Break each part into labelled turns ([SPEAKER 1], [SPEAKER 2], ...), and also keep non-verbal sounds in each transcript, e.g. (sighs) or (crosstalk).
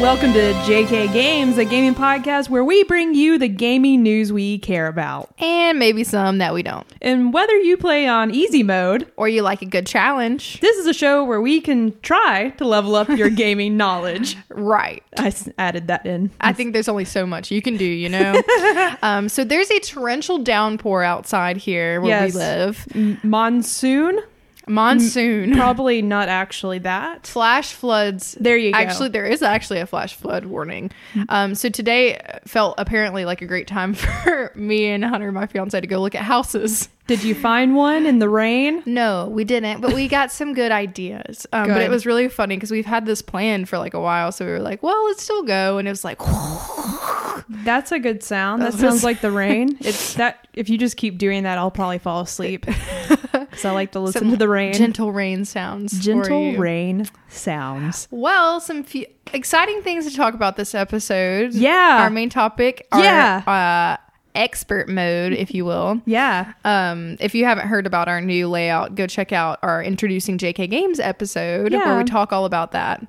[SPEAKER 1] Welcome to JK Games, a gaming podcast where we bring you the gaming news we care about.
[SPEAKER 2] And maybe some that we don't.
[SPEAKER 1] And whether you play on easy mode,
[SPEAKER 2] Or you like a good challenge.
[SPEAKER 1] this is a show where we can try to level up (laughs) your gaming knowledge.
[SPEAKER 2] Right.
[SPEAKER 1] I s- added that in.
[SPEAKER 2] I think there's only so much you can do, you (laughs) know? um, so there's a torrential downpour outside here where
[SPEAKER 1] Yes.
[SPEAKER 2] we live.
[SPEAKER 1] M- Monsoon,
[SPEAKER 2] Monsoon.
[SPEAKER 1] probably not actually that.
[SPEAKER 2] Flash floods.
[SPEAKER 1] There you go.
[SPEAKER 2] Actually, there is actually a flash flood warning. Um, so today felt apparently like a great time (laughs) for me and Hunter, my fiance, to go look at houses.
[SPEAKER 1] Did you find one in the rain?
[SPEAKER 2] No, we didn't, but we got some good ideas. Um, But
[SPEAKER 1] Good.
[SPEAKER 2] it was really funny because we've had this plan for like a while. So we were like, well, let's still go. And it was like,
[SPEAKER 1] That's a good sound. That (laughs)
[SPEAKER 2] That
[SPEAKER 1] sounds
[SPEAKER 2] was-
[SPEAKER 1] like the rain. It's that if you just keep doing that, I'll probably fall (laughs) asleep. Cuz I like to listen
[SPEAKER 2] Some
[SPEAKER 1] to the rain.
[SPEAKER 2] gentle rain sounds. for
[SPEAKER 1] Gentle
[SPEAKER 2] you.
[SPEAKER 1] rain sounds.
[SPEAKER 2] Well, some few exciting things to talk about this episode.
[SPEAKER 1] Yeah.
[SPEAKER 2] Our main topic, our,
[SPEAKER 1] Yeah.
[SPEAKER 2] uh, expert mode, if you will.
[SPEAKER 1] Yeah.
[SPEAKER 2] Um, if you haven't heard about our new layout, go check out our Introducing JK Games episode
[SPEAKER 1] Yeah.
[SPEAKER 2] where we talk all about that.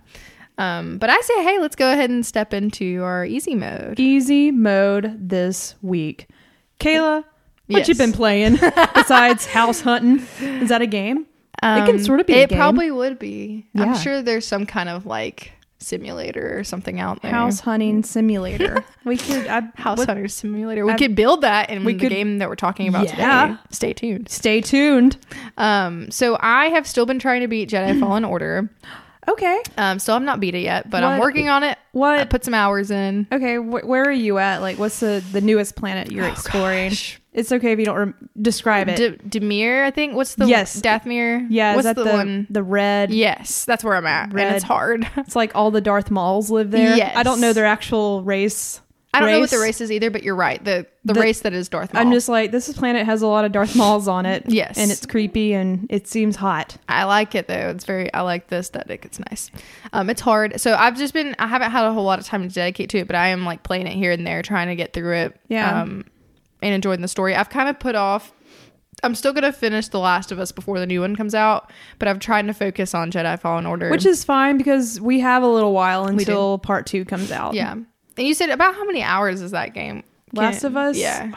[SPEAKER 2] Um, but I say, hey, let's go ahead and step into our easy mode.
[SPEAKER 1] Easy mode this week. Kayla, what you
[SPEAKER 2] Yes.
[SPEAKER 1] been
[SPEAKER 2] (laughs)
[SPEAKER 1] playing besides house hunting? Is that a game? it can
[SPEAKER 2] Um,
[SPEAKER 1] sort of be a
[SPEAKER 2] It
[SPEAKER 1] game.
[SPEAKER 2] probably would be.
[SPEAKER 1] Yeah.
[SPEAKER 2] I'm sure there's some kind of like simulator or something out there.
[SPEAKER 1] house hunting
[SPEAKER 2] (laughs)
[SPEAKER 1] simulator. we could I,
[SPEAKER 2] House
[SPEAKER 1] what-
[SPEAKER 2] Hunter Simulator. We
[SPEAKER 1] I-
[SPEAKER 2] could build that in
[SPEAKER 1] we
[SPEAKER 2] the
[SPEAKER 1] could-
[SPEAKER 2] game that we're talking about
[SPEAKER 1] Yeah.
[SPEAKER 2] today. Stay tuned.
[SPEAKER 1] Stay tuned.
[SPEAKER 2] Um, so I have still been trying to
[SPEAKER 1] (laughs)
[SPEAKER 2] beat Jedi Fallen Order.
[SPEAKER 1] Okay.
[SPEAKER 2] Um, still I've not beat it yet, but I'm
[SPEAKER 1] What-
[SPEAKER 2] working on it. I
[SPEAKER 1] What?
[SPEAKER 2] put some hours in.
[SPEAKER 1] okay. Wh- where are you at? Like, what's the the newest planet you're exploring?
[SPEAKER 2] Oh, gosh.
[SPEAKER 1] It's okay if you don't rem- describe it.
[SPEAKER 2] D- Demir, I think. What's the
[SPEAKER 1] Yes.
[SPEAKER 2] Dathmir?
[SPEAKER 1] yeah. Is
[SPEAKER 2] What's
[SPEAKER 1] that the the, red?
[SPEAKER 2] Yes, that's where I'm at.
[SPEAKER 1] Red.
[SPEAKER 2] And it's hard. (laughs)
[SPEAKER 1] It's like all the Darth Mauls live there.
[SPEAKER 2] Yes.
[SPEAKER 1] I don't know their actual race.
[SPEAKER 2] I don't know what the race is either, but you're right. The the,
[SPEAKER 1] The-
[SPEAKER 2] race that is Darth Maul.
[SPEAKER 1] I'm just like this planet has a lot of Darth Mauls on it.
[SPEAKER 2] Oh. (laughs) Yes.
[SPEAKER 1] and it's creepy and it seems hot.
[SPEAKER 2] I like it though. It's very I like the aesthetic. It's nice. Um, it's hard. So I've just been I haven't had a whole lot of time to dedicate to it, but I am like playing it here and there, trying to get through it.
[SPEAKER 1] Yeah.
[SPEAKER 2] Um, and enjoying the story. I've kind of put off. I'm still gonna finish The Last of Us before the new one comes out, but I've tried to focus on Jedi Fallen Order,
[SPEAKER 1] Which is fine because we have a little while
[SPEAKER 2] do.
[SPEAKER 1] until part two comes out.
[SPEAKER 2] yeah. And you said about how many hours is that game?
[SPEAKER 1] Last of Us? (sighs)
[SPEAKER 2] Yeah.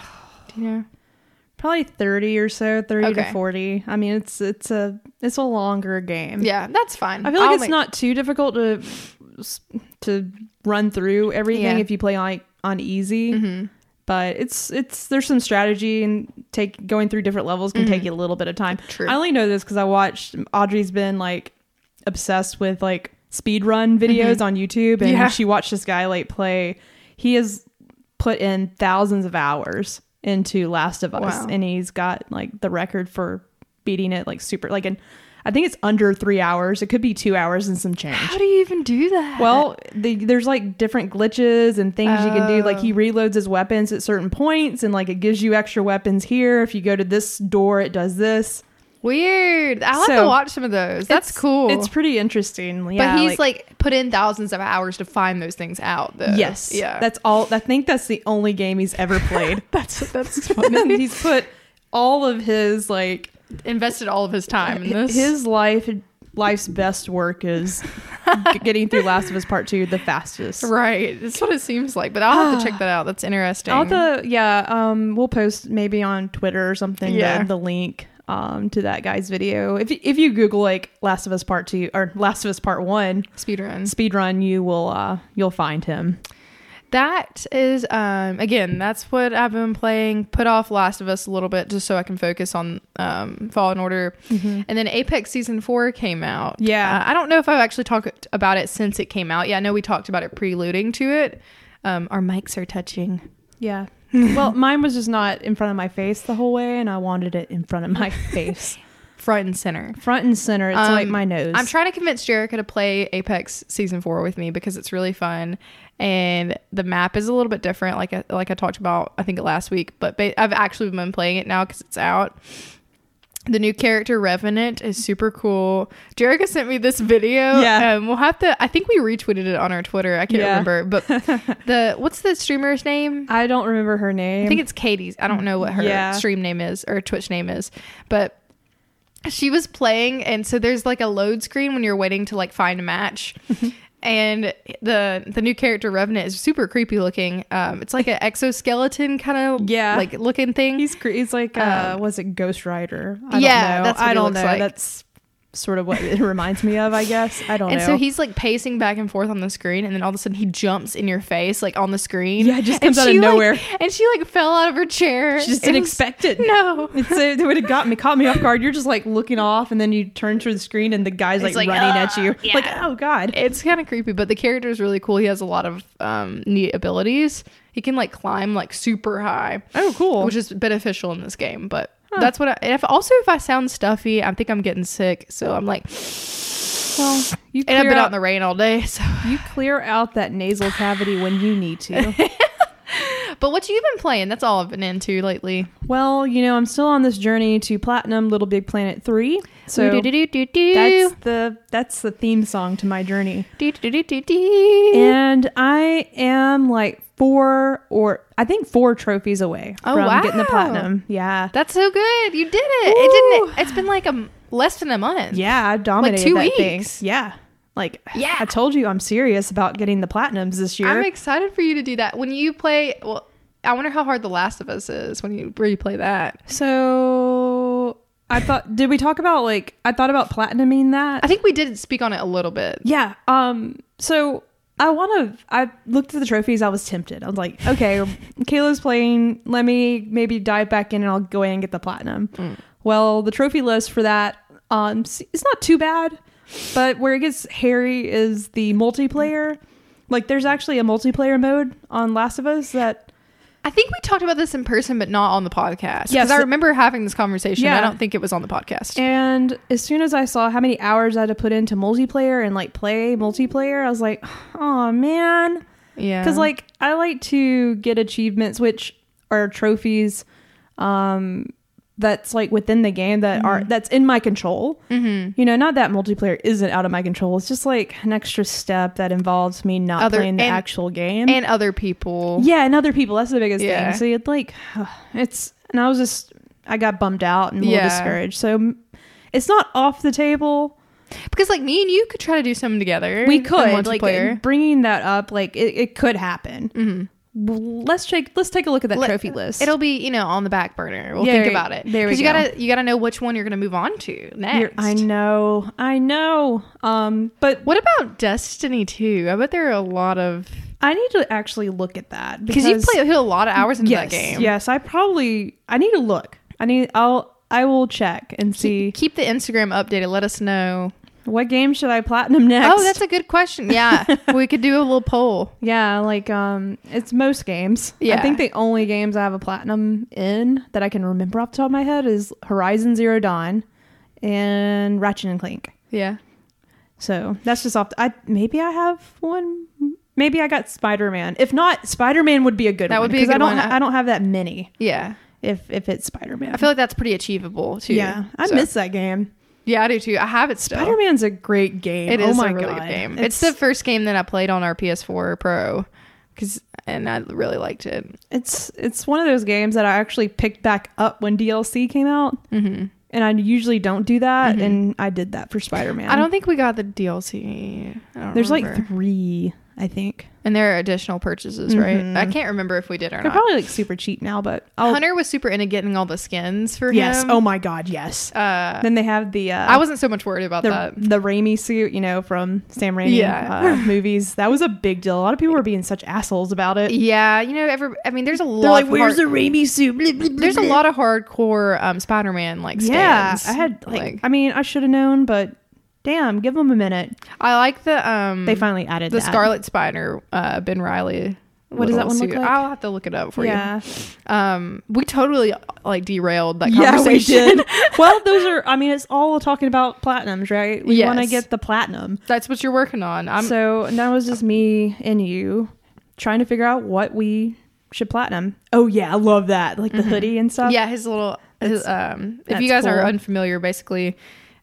[SPEAKER 2] Do you know?
[SPEAKER 1] Probably thirty or so, thirty to
[SPEAKER 2] Okay.
[SPEAKER 1] forty. I mean, it's it's a it's a longer game.
[SPEAKER 2] Yeah, that's fine.
[SPEAKER 1] I feel like
[SPEAKER 2] I'll
[SPEAKER 1] it's
[SPEAKER 2] make-
[SPEAKER 1] not too difficult to to run through everything
[SPEAKER 2] Yeah. Mm-hmm.
[SPEAKER 1] if you play on like, on easy. But it's it's there's some strategy and take going through different levels can take you a little bit of time.
[SPEAKER 2] Mm-hmm. True.
[SPEAKER 1] I only know this because I watched Audrey's been like obsessed with like speed run videos on YouTube, and
[SPEAKER 2] Mm-hmm. Yeah.
[SPEAKER 1] she watched this guy like play. He has put in thousands of hours into Last of Us,
[SPEAKER 2] Wow.
[SPEAKER 1] and he's got like the record for beating it like super like in I think it's under three hours. It could be two hours and some change.
[SPEAKER 2] How do you even do that?
[SPEAKER 1] Well, the, there's like different glitches and things you can do. Like
[SPEAKER 2] Oh.
[SPEAKER 1] he reloads his weapons at certain points, and like it gives you extra weapons here. If you go to this door, it does this.
[SPEAKER 2] weird. I'll have
[SPEAKER 1] So,
[SPEAKER 2] to watch some of those. That's
[SPEAKER 1] It's-
[SPEAKER 2] cool.
[SPEAKER 1] It's pretty interesting.
[SPEAKER 2] But
[SPEAKER 1] Yeah,
[SPEAKER 2] he's like, put in thousands of hours to find those things out. Though.
[SPEAKER 1] yes,
[SPEAKER 2] yeah.
[SPEAKER 1] That's all. I think that's the only game he's ever
[SPEAKER 2] (laughs)
[SPEAKER 1] played.
[SPEAKER 2] that's that's
[SPEAKER 1] And he's put all of his like
[SPEAKER 2] invested all of his time in this.
[SPEAKER 1] his life life's best work (laughs) is g- getting through Last of Us Part Two the fastest.
[SPEAKER 2] right. That's what it seems like. But I'll have to check that out. That's interesting.
[SPEAKER 1] I'll have to, yeah, um, we'll post maybe on Twitter or something
[SPEAKER 2] Yeah.
[SPEAKER 1] the, the link um, to that guy's video. If, you- if you Google like Last of Us Part Two or Last of Us Part One
[SPEAKER 2] speedrun.
[SPEAKER 1] speedrun, you will uh, you'll find him.
[SPEAKER 2] That is um again, that's what I've been playing. Put off Last of Us a little bit just so I can focus on um Fallen Order.
[SPEAKER 1] Mm-hmm.
[SPEAKER 2] And then Apex season 4 came out.
[SPEAKER 1] Yeah.
[SPEAKER 2] Uh, I don't know if I've actually talked about it since it came out. Yeah, I know we talked about it preluding to it. Um our mics are touching.
[SPEAKER 1] (laughs) Yeah. well, mine was just not in front of my face the whole way, and I wanted it in front of (laughs) my face,
[SPEAKER 2] front and center.
[SPEAKER 1] front and center. It's like
[SPEAKER 2] Um,
[SPEAKER 1] my nose.
[SPEAKER 2] I'm trying to convince Jerica to play Apex Season Four with me because it's really fun, and the map is a little bit different. Like I, like I talked about, I think last week, but ba- I've actually been playing it now because it's out. The new character Revenant is super cool. Jerica sent me this video.
[SPEAKER 1] Yeah.
[SPEAKER 2] um, we'll have to. I think we retweeted it on our Twitter. I can't
[SPEAKER 1] Yeah.
[SPEAKER 2] remember,
[SPEAKER 1] (laughs)
[SPEAKER 2] but the what's the streamer's name?
[SPEAKER 1] I don't remember her name.
[SPEAKER 2] I think it's Katie's. I don't know what her
[SPEAKER 1] Yeah.
[SPEAKER 2] stream name is or Twitch name is, but
[SPEAKER 1] (laughs)
[SPEAKER 2] she was playing, and so there's like a load screen when you're waiting to like find a match. and the the new character Revenant is super creepy looking. Um, it's like an exoskeleton kind of
[SPEAKER 1] Yeah.
[SPEAKER 2] like looking thing.
[SPEAKER 1] He's cre- he's like uh, was it Ghost Rider? I
[SPEAKER 2] Um, yeah,
[SPEAKER 1] don't know.
[SPEAKER 2] that's what
[SPEAKER 1] I
[SPEAKER 2] he
[SPEAKER 1] don't
[SPEAKER 2] looks
[SPEAKER 1] know.
[SPEAKER 2] like.
[SPEAKER 1] That's sort of what it (laughs) reminds me of, I guess. I don't
[SPEAKER 2] and
[SPEAKER 1] know.
[SPEAKER 2] so he's like pacing back and forth on the screen, and then all of a sudden he jumps in your face, like on the screen.
[SPEAKER 1] Yeah, it just
[SPEAKER 2] And
[SPEAKER 1] comes out of
[SPEAKER 2] she, like-
[SPEAKER 1] nowhere.
[SPEAKER 2] and she like fell out of her chair.
[SPEAKER 1] she just
[SPEAKER 2] It
[SPEAKER 1] didn't
[SPEAKER 2] was-
[SPEAKER 1] expect it.
[SPEAKER 2] (laughs) No,
[SPEAKER 1] And so it would have got me caught me off guard. You're just like looking off, and then you turn to the screen, and the guy's like,
[SPEAKER 2] It's like,
[SPEAKER 1] running at
[SPEAKER 2] "Ah,
[SPEAKER 1] you. (laughs)
[SPEAKER 2] yeah."
[SPEAKER 1] Like, oh god.
[SPEAKER 2] it's kind of creepy, but the character is really cool. He has a lot of um, neat abilities. He can like climb like super high.
[SPEAKER 1] Oh, cool.
[SPEAKER 2] which is beneficial in this game. But that's what I. And if also if I sound stuffy, I think I'm getting sick. So I'm like,
[SPEAKER 1] well, you
[SPEAKER 2] and
[SPEAKER 1] clear,
[SPEAKER 2] I've been out
[SPEAKER 1] out,
[SPEAKER 2] in the (laughs) rain all day. So,
[SPEAKER 1] you clear out that nasal cavity when you need to.
[SPEAKER 2] but what you been playing? That's all I've been into lately.
[SPEAKER 1] well, you know, I'm still on this journey to platinum Little Big Planet three. So that's
[SPEAKER 2] that's
[SPEAKER 1] the that's the theme song to my journey. and I am like four or I think four trophies away
[SPEAKER 2] Oh,
[SPEAKER 1] from getting the
[SPEAKER 2] wow.
[SPEAKER 1] platinum. Yeah,
[SPEAKER 2] that's so good. You did it. It didn't. It's been like a m- less than a month.
[SPEAKER 1] yeah, I dominated
[SPEAKER 2] two
[SPEAKER 1] that thing.
[SPEAKER 2] weeks.
[SPEAKER 1] Yeah, like
[SPEAKER 2] Yeah.
[SPEAKER 1] I told you I'm serious about getting the platinums this year.
[SPEAKER 2] I'm excited for you to do that when you play. Well, I wonder how hard The Last of Us is when you replay that.
[SPEAKER 1] so I thought, did we talk about like I thought about platinuming that?
[SPEAKER 2] I think we did speak on it a little bit.
[SPEAKER 1] Yeah. Um. So I want to. I looked at the trophies. I was tempted. I was like, okay, Kayla's playing. Let me maybe dive back in, and I'll go in and get the platinum. Well, the trophy list for that, um, s- it's not too bad. But where it gets hairy is the multiplayer. Like, there's actually a multiplayer mode on Last of Us that.
[SPEAKER 2] I think we talked about this in person, but not on the podcast. Because
[SPEAKER 1] Yes.
[SPEAKER 2] I remember having this conversation.
[SPEAKER 1] Yeah.
[SPEAKER 2] I don't think it was on the podcast.
[SPEAKER 1] And as soon as I saw how many hours I had to put into multiplayer and like play multiplayer, I was like, oh man.
[SPEAKER 2] yeah,
[SPEAKER 1] because like i like to get achievements which are trophies um that's like within the game that are
[SPEAKER 2] Mm-hmm.
[SPEAKER 1] that's in my control you know not that multiplayer isn't out of my control it's just like an extra step that involves me not
[SPEAKER 2] Other-
[SPEAKER 1] playing the
[SPEAKER 2] and-
[SPEAKER 1] actual game
[SPEAKER 2] and other people.
[SPEAKER 1] yeah and other people that's the biggest
[SPEAKER 2] Yeah.
[SPEAKER 1] thing so you'd like (sighs) it's and i was just i got bummed out and a little
[SPEAKER 2] Yeah.
[SPEAKER 1] discouraged so mm, it's not off the table
[SPEAKER 2] because like me and you could try to do something together.
[SPEAKER 1] we
[SPEAKER 2] in
[SPEAKER 1] could like
[SPEAKER 2] multiplayer. Mm-hmm.
[SPEAKER 1] bringing that up like it, it could happen W- let's take let's take a look at that
[SPEAKER 2] Let-
[SPEAKER 1] trophy list
[SPEAKER 2] It'll be you know on the back burner. We'll
[SPEAKER 1] Yeah,
[SPEAKER 2] think
[SPEAKER 1] there-
[SPEAKER 2] about it.
[SPEAKER 1] there we
[SPEAKER 2] 'Cause You
[SPEAKER 1] go.
[SPEAKER 2] gotta you gotta know which one you're gonna move on to
[SPEAKER 1] You're-
[SPEAKER 2] next.
[SPEAKER 1] i know i know um but
[SPEAKER 2] What about Destiny 2? I bet there are a lot of
[SPEAKER 1] i need to actually look at that
[SPEAKER 2] because you play hit a lot of hours into
[SPEAKER 1] yes
[SPEAKER 2] that game.
[SPEAKER 1] yes i probably i need to look i need i'll i will check and see
[SPEAKER 2] Keep the Instagram updated. Let us know.
[SPEAKER 1] what game should i platinum (laughs) next
[SPEAKER 2] Oh, that's a good question. Yeah,
[SPEAKER 1] (laughs)
[SPEAKER 2] we could do a little poll.
[SPEAKER 1] yeah like um it's most games i
[SPEAKER 2] Yeah.
[SPEAKER 1] think the only games i have a platinum in that i can remember off the top of my head is horizon zero dawn and ratchet and clank
[SPEAKER 2] Yeah.
[SPEAKER 1] So that's just off. I maybe I have one. Maybe I got Spider Man. If not, Spider Man would be a good.
[SPEAKER 2] That
[SPEAKER 1] one,
[SPEAKER 2] would be a
[SPEAKER 1] 'cause I
[SPEAKER 2] good
[SPEAKER 1] don't.
[SPEAKER 2] one.
[SPEAKER 1] ha- I don't have that many.
[SPEAKER 2] Yeah.
[SPEAKER 1] If if it's Spider Man,
[SPEAKER 2] I feel like that's pretty achievable too.
[SPEAKER 1] yeah. I
[SPEAKER 2] So-
[SPEAKER 1] miss that game.
[SPEAKER 2] Yeah, I do too. I have it still.
[SPEAKER 1] Spider Man's a great game.
[SPEAKER 2] It is
[SPEAKER 1] oh my
[SPEAKER 2] a really
[SPEAKER 1] God.
[SPEAKER 2] good game. It's, the first game that I played on our PS4 Pro, cause and I really liked it.
[SPEAKER 1] it's it's one of those games that I actually picked back up when DLC came out,
[SPEAKER 2] Mm-hmm.
[SPEAKER 1] and I usually don't do that, and I did that for Spider Man.
[SPEAKER 2] I don't think we got the DLC. I don't
[SPEAKER 1] There's
[SPEAKER 2] remember.
[SPEAKER 1] like three, I think.
[SPEAKER 2] and there are additional purchases,
[SPEAKER 1] Mhm.
[SPEAKER 2] right? I can't remember if we did or
[SPEAKER 1] They're
[SPEAKER 2] not.
[SPEAKER 1] probably like super cheap now, but I'll,
[SPEAKER 2] Hunter was super into getting all the skins for
[SPEAKER 1] yes.
[SPEAKER 2] him.
[SPEAKER 1] Oh my God, yes.
[SPEAKER 2] uh,
[SPEAKER 1] then they have the. Uh,
[SPEAKER 2] I wasn't so much worried about
[SPEAKER 1] the
[SPEAKER 2] that.
[SPEAKER 1] the Raimi suit, you know, from Sam Raimi
[SPEAKER 2] Yeah.
[SPEAKER 1] uh, movies. That was a big deal. A lot of people were being such assholes about it.
[SPEAKER 2] Yeah, you know, every I mean, there's a lot. of hard-
[SPEAKER 1] Raimi suit?" Blah, blah, blah,
[SPEAKER 2] there's a
[SPEAKER 1] blah.
[SPEAKER 2] lot of hardcore um, Spider-Man like skins.
[SPEAKER 1] Mm-hmm. Yeah, I had like, I mean, I should have known, but damn, give them a minute.
[SPEAKER 2] I like the um
[SPEAKER 1] They finally added
[SPEAKER 2] the
[SPEAKER 1] that.
[SPEAKER 2] Scarlet Spider, uh, Ben Riley.
[SPEAKER 1] What does that
[SPEAKER 2] little
[SPEAKER 1] one look like?
[SPEAKER 2] I'll have to look it up for
[SPEAKER 1] Yeah,
[SPEAKER 2] you. Um, we totally like derailed that
[SPEAKER 1] yeah, we
[SPEAKER 2] conversation.
[SPEAKER 1] did. (laughs) well, those are. I mean, it's all talking about platinums, right? We want to
[SPEAKER 2] Yes.
[SPEAKER 1] get the platinum.
[SPEAKER 2] (laughs) That's what you're working on. I'm
[SPEAKER 1] so now it's just me and you trying to figure out what we should platinum. Mm-hmm. Oh yeah, I love that, like the hoodie and stuff.
[SPEAKER 2] yeah. His little his, um. If you
[SPEAKER 1] uh, that's
[SPEAKER 2] guys are
[SPEAKER 1] cool.
[SPEAKER 2] unfamiliar, basically,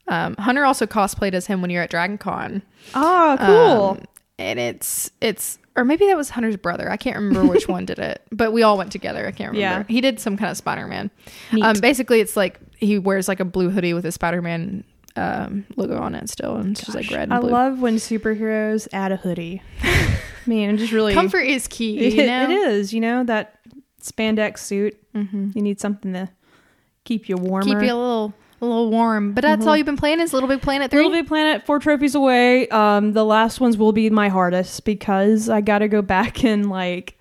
[SPEAKER 2] um, Hunter also cosplayed as him when you're at Dragon Con.
[SPEAKER 1] Oh,
[SPEAKER 2] Um,
[SPEAKER 1] cool.
[SPEAKER 2] and it's it's or maybe that was Hunter's brother. I can't remember which one did it, but we all went together. I can't remember.
[SPEAKER 1] Yeah.
[SPEAKER 2] He did some kind of Spider Man.
[SPEAKER 1] Neat.
[SPEAKER 2] Um, basically, it's like he wears like a blue hoodie with a Spider Man um, logo on it still, and it's just like red
[SPEAKER 1] I
[SPEAKER 2] and blue. (laughs)
[SPEAKER 1] love when superheroes add a hoodie. I mean, it just really (laughs)
[SPEAKER 2] Comfort is key.
[SPEAKER 1] It,
[SPEAKER 2] You know?
[SPEAKER 1] it is, you know, that spandex suit.
[SPEAKER 2] Mm-hmm.
[SPEAKER 1] You need something to keep you warmer. Mm-hmm.
[SPEAKER 2] Keep you a little, a little warm. But that's all you've been playing is Little Big Planet three.
[SPEAKER 1] Little Big Planet, four trophies away. Um, the last ones will be my hardest because I got to go back (laughs) and like,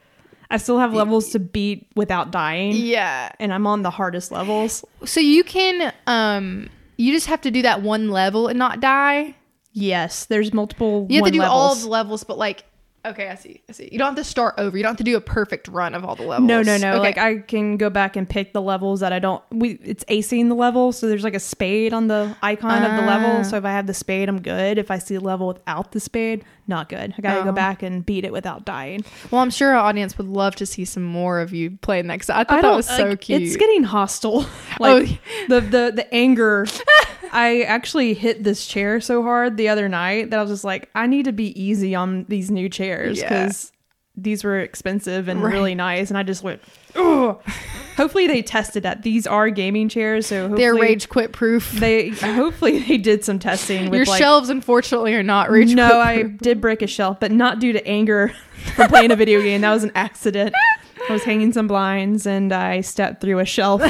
[SPEAKER 1] I still have levels to beat without dying,
[SPEAKER 2] yeah.
[SPEAKER 1] and I'm on the hardest levels.
[SPEAKER 2] So you can, um, you just have to do that one level and not die.
[SPEAKER 1] Yes, there's multiple.
[SPEAKER 2] You have
[SPEAKER 1] one
[SPEAKER 2] to do
[SPEAKER 1] levels.
[SPEAKER 2] all of the levels, but like, okay, I see, I see. You don't have to start over. You don't have to do a perfect run of all the levels.
[SPEAKER 1] No, no, no.
[SPEAKER 2] Okay.
[SPEAKER 1] Like I can go back and pick the levels that I don't. We it's acing the level, so there's like a spade on the icon of the level. So if I have the spade, I'm good. If I see a level without the spade, not good. I gotta
[SPEAKER 2] Oh.
[SPEAKER 1] go back and beat it without dying.
[SPEAKER 2] well, I'm sure our audience would love to see some more of you playing that because I thought that was so
[SPEAKER 1] like,
[SPEAKER 2] cute. Oh,
[SPEAKER 1] It's getting
[SPEAKER 2] (laughs)
[SPEAKER 1] hostile. like the the the anger. I actually hit this chair so hard the other night that I was just like, I need to be easy on these new chairs
[SPEAKER 2] Yeah.
[SPEAKER 1] because these were expensive and
[SPEAKER 2] Right.
[SPEAKER 1] really nice, and I just went. Ugh. hopefully they tested that. These are gaming chairs, so hopefully
[SPEAKER 2] They're rage quit proof.
[SPEAKER 1] They hopefully they did some testing with
[SPEAKER 2] Your
[SPEAKER 1] like.
[SPEAKER 2] shelves, unfortunately, are not rage
[SPEAKER 1] no,
[SPEAKER 2] quit
[SPEAKER 1] I
[SPEAKER 2] proof.
[SPEAKER 1] did break a shelf, but not due to anger (laughs) from playing a video game. That was an accident. I was hanging some blinds and I stepped through a shelf.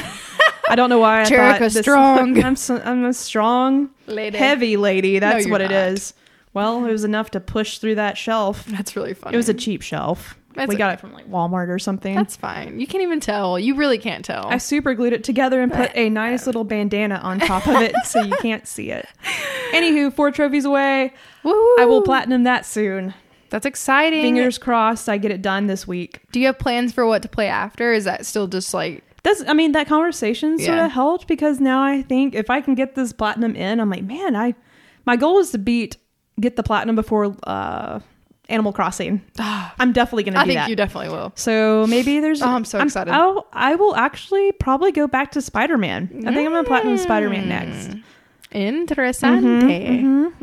[SPEAKER 1] I don't know why. I
[SPEAKER 2] Jericho
[SPEAKER 1] thought this-
[SPEAKER 2] strong.
[SPEAKER 1] (laughs) I'm, so, I'm a strong,
[SPEAKER 2] Lady.
[SPEAKER 1] heavy lady. That's
[SPEAKER 2] you're
[SPEAKER 1] what it
[SPEAKER 2] not.
[SPEAKER 1] is. Well, it was enough to push through that shelf.
[SPEAKER 2] That's really funny.
[SPEAKER 1] It was a cheap shelf.
[SPEAKER 2] That's
[SPEAKER 1] we got
[SPEAKER 2] okay.
[SPEAKER 1] it from like Walmart or something.
[SPEAKER 2] That's fine. You can't even tell. You really can't tell.
[SPEAKER 1] I super glued it together and put a nice little bandana on top of it so you can't see
[SPEAKER 2] (laughs)
[SPEAKER 1] it. Anywho, four trophies away.
[SPEAKER 2] Woo!
[SPEAKER 1] I will platinum that soon.
[SPEAKER 2] That's exciting.
[SPEAKER 1] Fingers crossed I get it done this week.
[SPEAKER 2] Do you have plans for what to play after? Is that still just like
[SPEAKER 1] That's I mean that conversation sort
[SPEAKER 2] Yeah.
[SPEAKER 1] of helped because now I think if I can get this platinum in, I'm like, man, I my goal is to beat get the platinum before uh Animal Crossing. I'm definitely gonna do
[SPEAKER 2] (sighs) I think
[SPEAKER 1] that.
[SPEAKER 2] you definitely will.
[SPEAKER 1] so maybe there's.
[SPEAKER 2] Oh, I'm so excited.
[SPEAKER 1] I'll, I will actually probably go back to Spider Man. I think I'm gonna platinum Spider
[SPEAKER 2] Mm.
[SPEAKER 1] Man next.
[SPEAKER 2] Hmm.
[SPEAKER 1] Mm-hmm,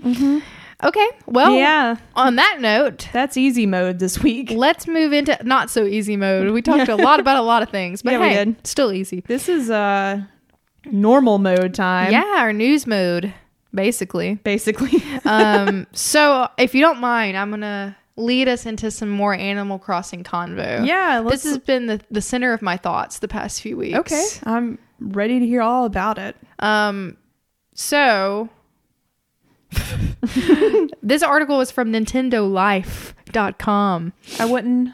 [SPEAKER 2] Interessante. Okay. Well,
[SPEAKER 1] yeah,
[SPEAKER 2] on that note,
[SPEAKER 1] that's easy mode this week.
[SPEAKER 2] let's move into not so easy mode.
[SPEAKER 1] (laughs)
[SPEAKER 2] We talked a lot about a lot of things, but
[SPEAKER 1] Yeah, we
[SPEAKER 2] hey,
[SPEAKER 1] did.
[SPEAKER 2] still easy.
[SPEAKER 1] This is uh normal mode time.
[SPEAKER 2] yeah, our news mode basically.
[SPEAKER 1] (laughs) basically.
[SPEAKER 2] um, so if you don't mind, I'm gonna lead us into some more Animal Crossing convo.
[SPEAKER 1] yeah,
[SPEAKER 2] this has been the, the center of my thoughts the past few weeks.
[SPEAKER 1] okay. I'm ready to hear all about it.
[SPEAKER 2] Um, so (laughs) this article was from NintendoLife.com.
[SPEAKER 1] I wouldn't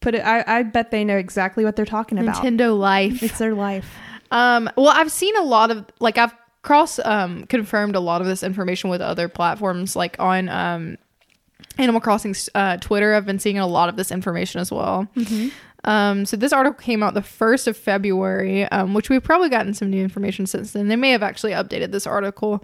[SPEAKER 1] put it. I, I bet they know exactly what they're talking about.
[SPEAKER 2] Nintendo Life.
[SPEAKER 1] It's their life.
[SPEAKER 2] Um, well, I've seen a lot of like I've cross um confirmed a lot of this information with other platforms like on um Animal Crossing's uh, Twitter. I've been seeing a lot of this information as well. Um, so this article came out the first of February, um, which we've probably gotten some new information since then. They may have actually updated this article.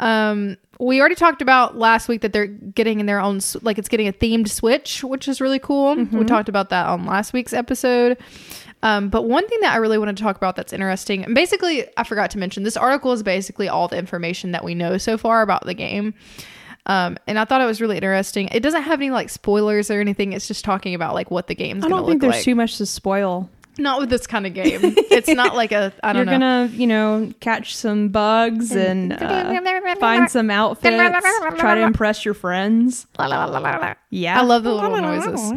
[SPEAKER 2] Um, we already talked about last week that they're getting in their own s- like it's getting a themed Switch, which is really cool. We talked about that on last week's episode. Um, but one thing that I really want to talk about that's interesting, and basically I forgot to mention, this article is basically all the information that we know so far about the game. Um, and I thought it was really interesting. It doesn't have any like spoilers or anything. It's just talking about like what the game's.
[SPEAKER 1] I
[SPEAKER 2] gonna
[SPEAKER 1] don't think
[SPEAKER 2] look
[SPEAKER 1] there's
[SPEAKER 2] like.
[SPEAKER 1] too much to spoil.
[SPEAKER 2] Not with this kind of game.
[SPEAKER 1] (laughs)
[SPEAKER 2] it's not like a I
[SPEAKER 1] You're
[SPEAKER 2] don't know.
[SPEAKER 1] gonna, you know, catch some bugs and
[SPEAKER 2] (laughs)
[SPEAKER 1] uh, find some outfits. try to impress your friends. Yeah,
[SPEAKER 2] I love the little noises.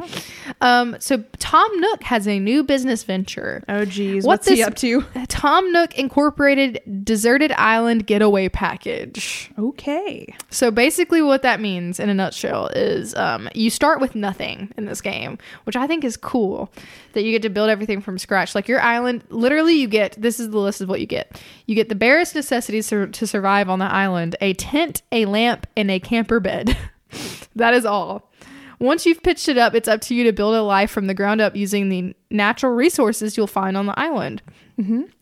[SPEAKER 2] Um, so Tom Nook has a new business venture.
[SPEAKER 1] (laughs) Oh geez,
[SPEAKER 2] What
[SPEAKER 1] what's he
[SPEAKER 2] this-
[SPEAKER 1] up to?
[SPEAKER 2] Tom Nook Incorporated Deserted Island Getaway Package.
[SPEAKER 1] Okay,
[SPEAKER 2] So basically, what that means in a nutshell is um, you start with nothing in this game, which I think is cool that you get to build everything from scratch. Like your island, literally, you get this is the list of what you get. You get the barest necessities to, to survive on the island a tent, a lamp, and a camper bed. (laughs) that is all. Once you've pitched it up, it's up to you to build a life from the ground up using the natural resources you'll find on the island.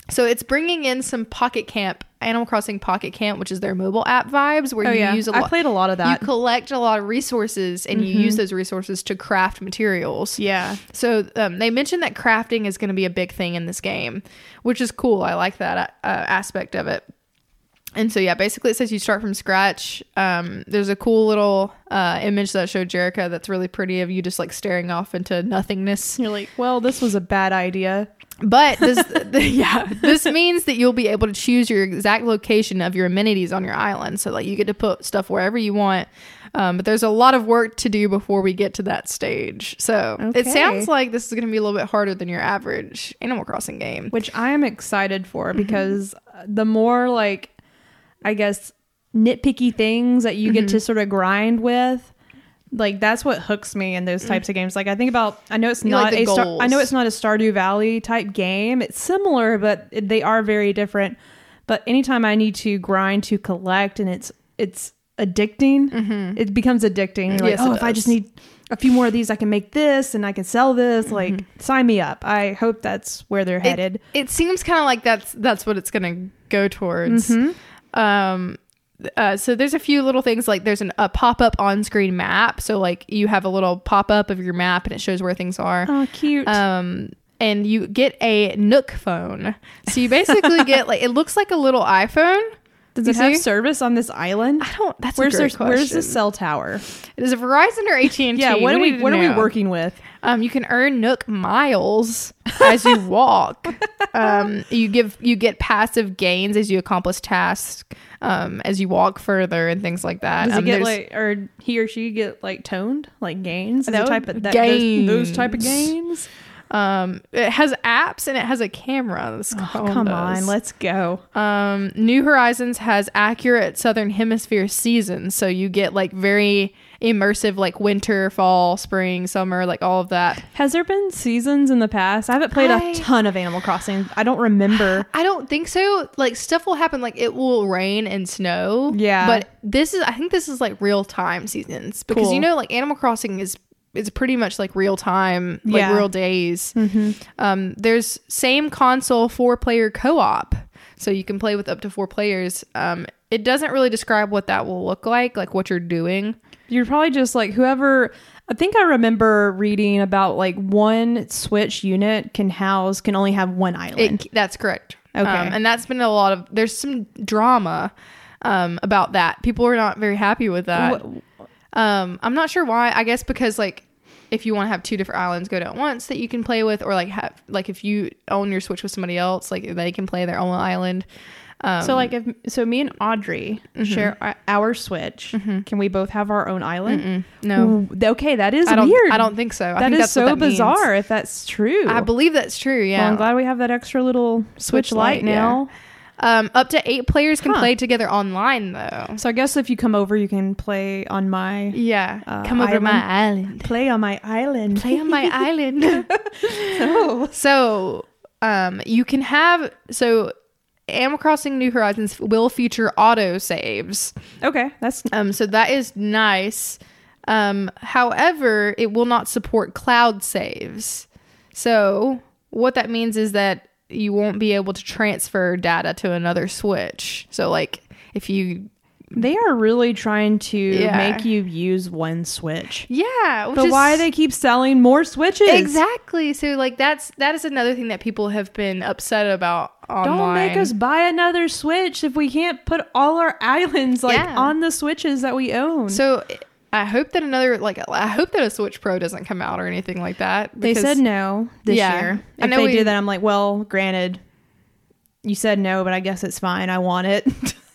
[SPEAKER 2] So it's bringing in some Pocket Camp, Animal Crossing Pocket Camp, which is their mobile app vibes, where
[SPEAKER 1] oh
[SPEAKER 2] you
[SPEAKER 1] yeah,
[SPEAKER 2] use a
[SPEAKER 1] I
[SPEAKER 2] lot.
[SPEAKER 1] played a lot of
[SPEAKER 2] You
[SPEAKER 1] that. Mm-hmm.
[SPEAKER 2] collect a lot of resources, and you use those resources to craft materials.
[SPEAKER 1] yeah,
[SPEAKER 2] So um, they mentioned that crafting is going to be a big thing in this game, which is cool. I like that uh, aspect of it. And so yeah, basically it says you start from scratch. Um, there's a cool little uh, image that showed Jerica that's really pretty of you just like staring off into nothingness.
[SPEAKER 1] you're like, well, this was a bad idea.
[SPEAKER 2] But this, (laughs) the, yeah, this means that you'll be able to choose your exact location of your amenities on your island. So like you get to put stuff wherever you want. Um, but there's a lot of work to do before we get to that stage. So it
[SPEAKER 1] Okay.
[SPEAKER 2] sounds like this is going to be a little bit harder than your average Animal Crossing
[SPEAKER 1] (laughs)
[SPEAKER 2] game.
[SPEAKER 1] which I am excited
[SPEAKER 2] Mm-hmm.
[SPEAKER 1] for because uh, the more like I guess nitpicky things that you
[SPEAKER 2] Mm-hmm.
[SPEAKER 1] get to sort of grind with, like that's what hooks me in those types of games. Like I think about I know it's
[SPEAKER 2] Mm. You
[SPEAKER 1] not
[SPEAKER 2] like the
[SPEAKER 1] a Star, I know
[SPEAKER 2] goals.
[SPEAKER 1] it's not a Stardew Valley type game. It's similar, but it- they are very different. But anytime I need to grind to collect, and it's it's addicting. It becomes addicting. You're like,
[SPEAKER 2] Mm-hmm. Yes, it
[SPEAKER 1] oh, if I just
[SPEAKER 2] does.
[SPEAKER 1] need a few more of these, I can make this, and I can sell this. Like, sign me up. I hope that's where they're headed.
[SPEAKER 2] Mm-hmm. It, it seems kind of like that's that's what it's going to go towards.
[SPEAKER 1] Mm-hmm.
[SPEAKER 2] Um, uh, so there's a few little things like there's an, a pop up on screen map. So like you have a little pop up of your map and it shows where things are.
[SPEAKER 1] Oh, cute.
[SPEAKER 2] Um, and you get a Nook phone. So
[SPEAKER 1] (laughs)
[SPEAKER 2] you basically get like it looks like a little iPhone.
[SPEAKER 1] Does
[SPEAKER 2] you
[SPEAKER 1] it have
[SPEAKER 2] see?
[SPEAKER 1] service on this island?
[SPEAKER 2] I don't. That's
[SPEAKER 1] Where's
[SPEAKER 2] a
[SPEAKER 1] their,
[SPEAKER 2] great question.
[SPEAKER 1] where's the cell tower?
[SPEAKER 2] It is a Verizon or AT and T.
[SPEAKER 1] Yeah, what are we what are we working with?
[SPEAKER 2] Um, you can earn Nook miles as
[SPEAKER 1] (laughs)
[SPEAKER 2] you walk. um, you give you get passive gains as you accomplish tasks um, as you walk further and things like that.
[SPEAKER 1] Does
[SPEAKER 2] um,
[SPEAKER 1] it get
[SPEAKER 2] there's-
[SPEAKER 1] like or he or she get like toned like gains? Is
[SPEAKER 2] That
[SPEAKER 1] it
[SPEAKER 2] would-
[SPEAKER 1] type of that, those, those type of
[SPEAKER 2] gains.
[SPEAKER 1] gains?
[SPEAKER 2] um, it has apps and it has a camera. This
[SPEAKER 1] Oh,
[SPEAKER 2] phone
[SPEAKER 1] come
[SPEAKER 2] does.
[SPEAKER 1] on, let's go.
[SPEAKER 2] Um, New Horizons has accurate Southern Hemisphere seasons, so you get like very immersive, like winter, fall, spring, summer, like all of that.
[SPEAKER 1] Has there been seasons in the past? I haven't played a
[SPEAKER 2] I-
[SPEAKER 1] ton of Animal Crossing. I don't
[SPEAKER 2] (sighs)
[SPEAKER 1] remember.
[SPEAKER 2] I don't think so. Like stuff will happen, like it will rain and snow.
[SPEAKER 1] Yeah.
[SPEAKER 2] but this is I think this is like real time seasons because
[SPEAKER 1] Cool.
[SPEAKER 2] you know, like Animal Crossing is is pretty much like real time, like
[SPEAKER 1] Yeah. Mm-hmm.
[SPEAKER 2] real days. Um, there's same console four player co op, so you can play with up to four players. Um, it doesn't really describe what that will look like, like what you're doing.
[SPEAKER 1] You're probably just like whoever. I think I remember reading about like one Switch unit can house can only have one island.
[SPEAKER 2] It, that's correct.
[SPEAKER 1] Okay.
[SPEAKER 2] Um, and that's been a lot of, there's some drama um, about that. People are not very happy with that.
[SPEAKER 1] Wh-
[SPEAKER 2] Um, I'm not sure why. I guess because, like, if you want to have two different islands go down once that you can play with, or like have, like, if you own your Switch with somebody else, like, they can play their own island. Um,
[SPEAKER 1] So like if so, me and Audrey share our, our Switch. Can we both have our own island?
[SPEAKER 2] no.
[SPEAKER 1] Mm-hmm. Ooh, th- okay, that is
[SPEAKER 2] I don't,
[SPEAKER 1] weird.
[SPEAKER 2] I don't think so. I
[SPEAKER 1] That
[SPEAKER 2] think
[SPEAKER 1] is
[SPEAKER 2] that's what
[SPEAKER 1] so
[SPEAKER 2] that means.
[SPEAKER 1] bizarre. If that's true,
[SPEAKER 2] I believe that's true. Yeah.
[SPEAKER 1] Well, I'm glad we have that extra little Switch, light
[SPEAKER 2] Lite, yeah.
[SPEAKER 1] now.
[SPEAKER 2] Um, up to eight players can
[SPEAKER 1] Huh.
[SPEAKER 2] play together online, though.
[SPEAKER 1] So I guess if you come over, you can play on my
[SPEAKER 2] Yeah.
[SPEAKER 1] Uh,
[SPEAKER 2] Come over to my island.
[SPEAKER 1] play on my island.
[SPEAKER 2] Play on my island.
[SPEAKER 1] Oh.
[SPEAKER 2] So, um, you can have so Animal Crossing New Horizons will feature auto saves.
[SPEAKER 1] (laughs) Okay, that's
[SPEAKER 2] Um, so that is nice. Um, however, it will not support cloud saves. So what that means is that you won't be able to transfer data to another Switch. So like if you
[SPEAKER 1] they are really trying to
[SPEAKER 2] Yeah.
[SPEAKER 1] make you use one Switch.
[SPEAKER 2] yeah, which
[SPEAKER 1] But
[SPEAKER 2] is-
[SPEAKER 1] why they keep selling more Switches?
[SPEAKER 2] exactly? So like that's that is another thing that people have been upset about
[SPEAKER 1] Don't
[SPEAKER 2] online.
[SPEAKER 1] make us buy another Switch if we can't put all our (laughs) islands like
[SPEAKER 2] Yeah.
[SPEAKER 1] on the Switches that we own.
[SPEAKER 2] So I hope that another like I hope that a Switch Pro doesn't come out or anything like that.
[SPEAKER 1] they
[SPEAKER 2] because-
[SPEAKER 1] said no this
[SPEAKER 2] Yeah.
[SPEAKER 1] year.
[SPEAKER 2] I
[SPEAKER 1] If
[SPEAKER 2] know
[SPEAKER 1] they
[SPEAKER 2] we-
[SPEAKER 1] do that, I'm like, well, granted, you said no, but I guess it's fine. I want it. (laughs)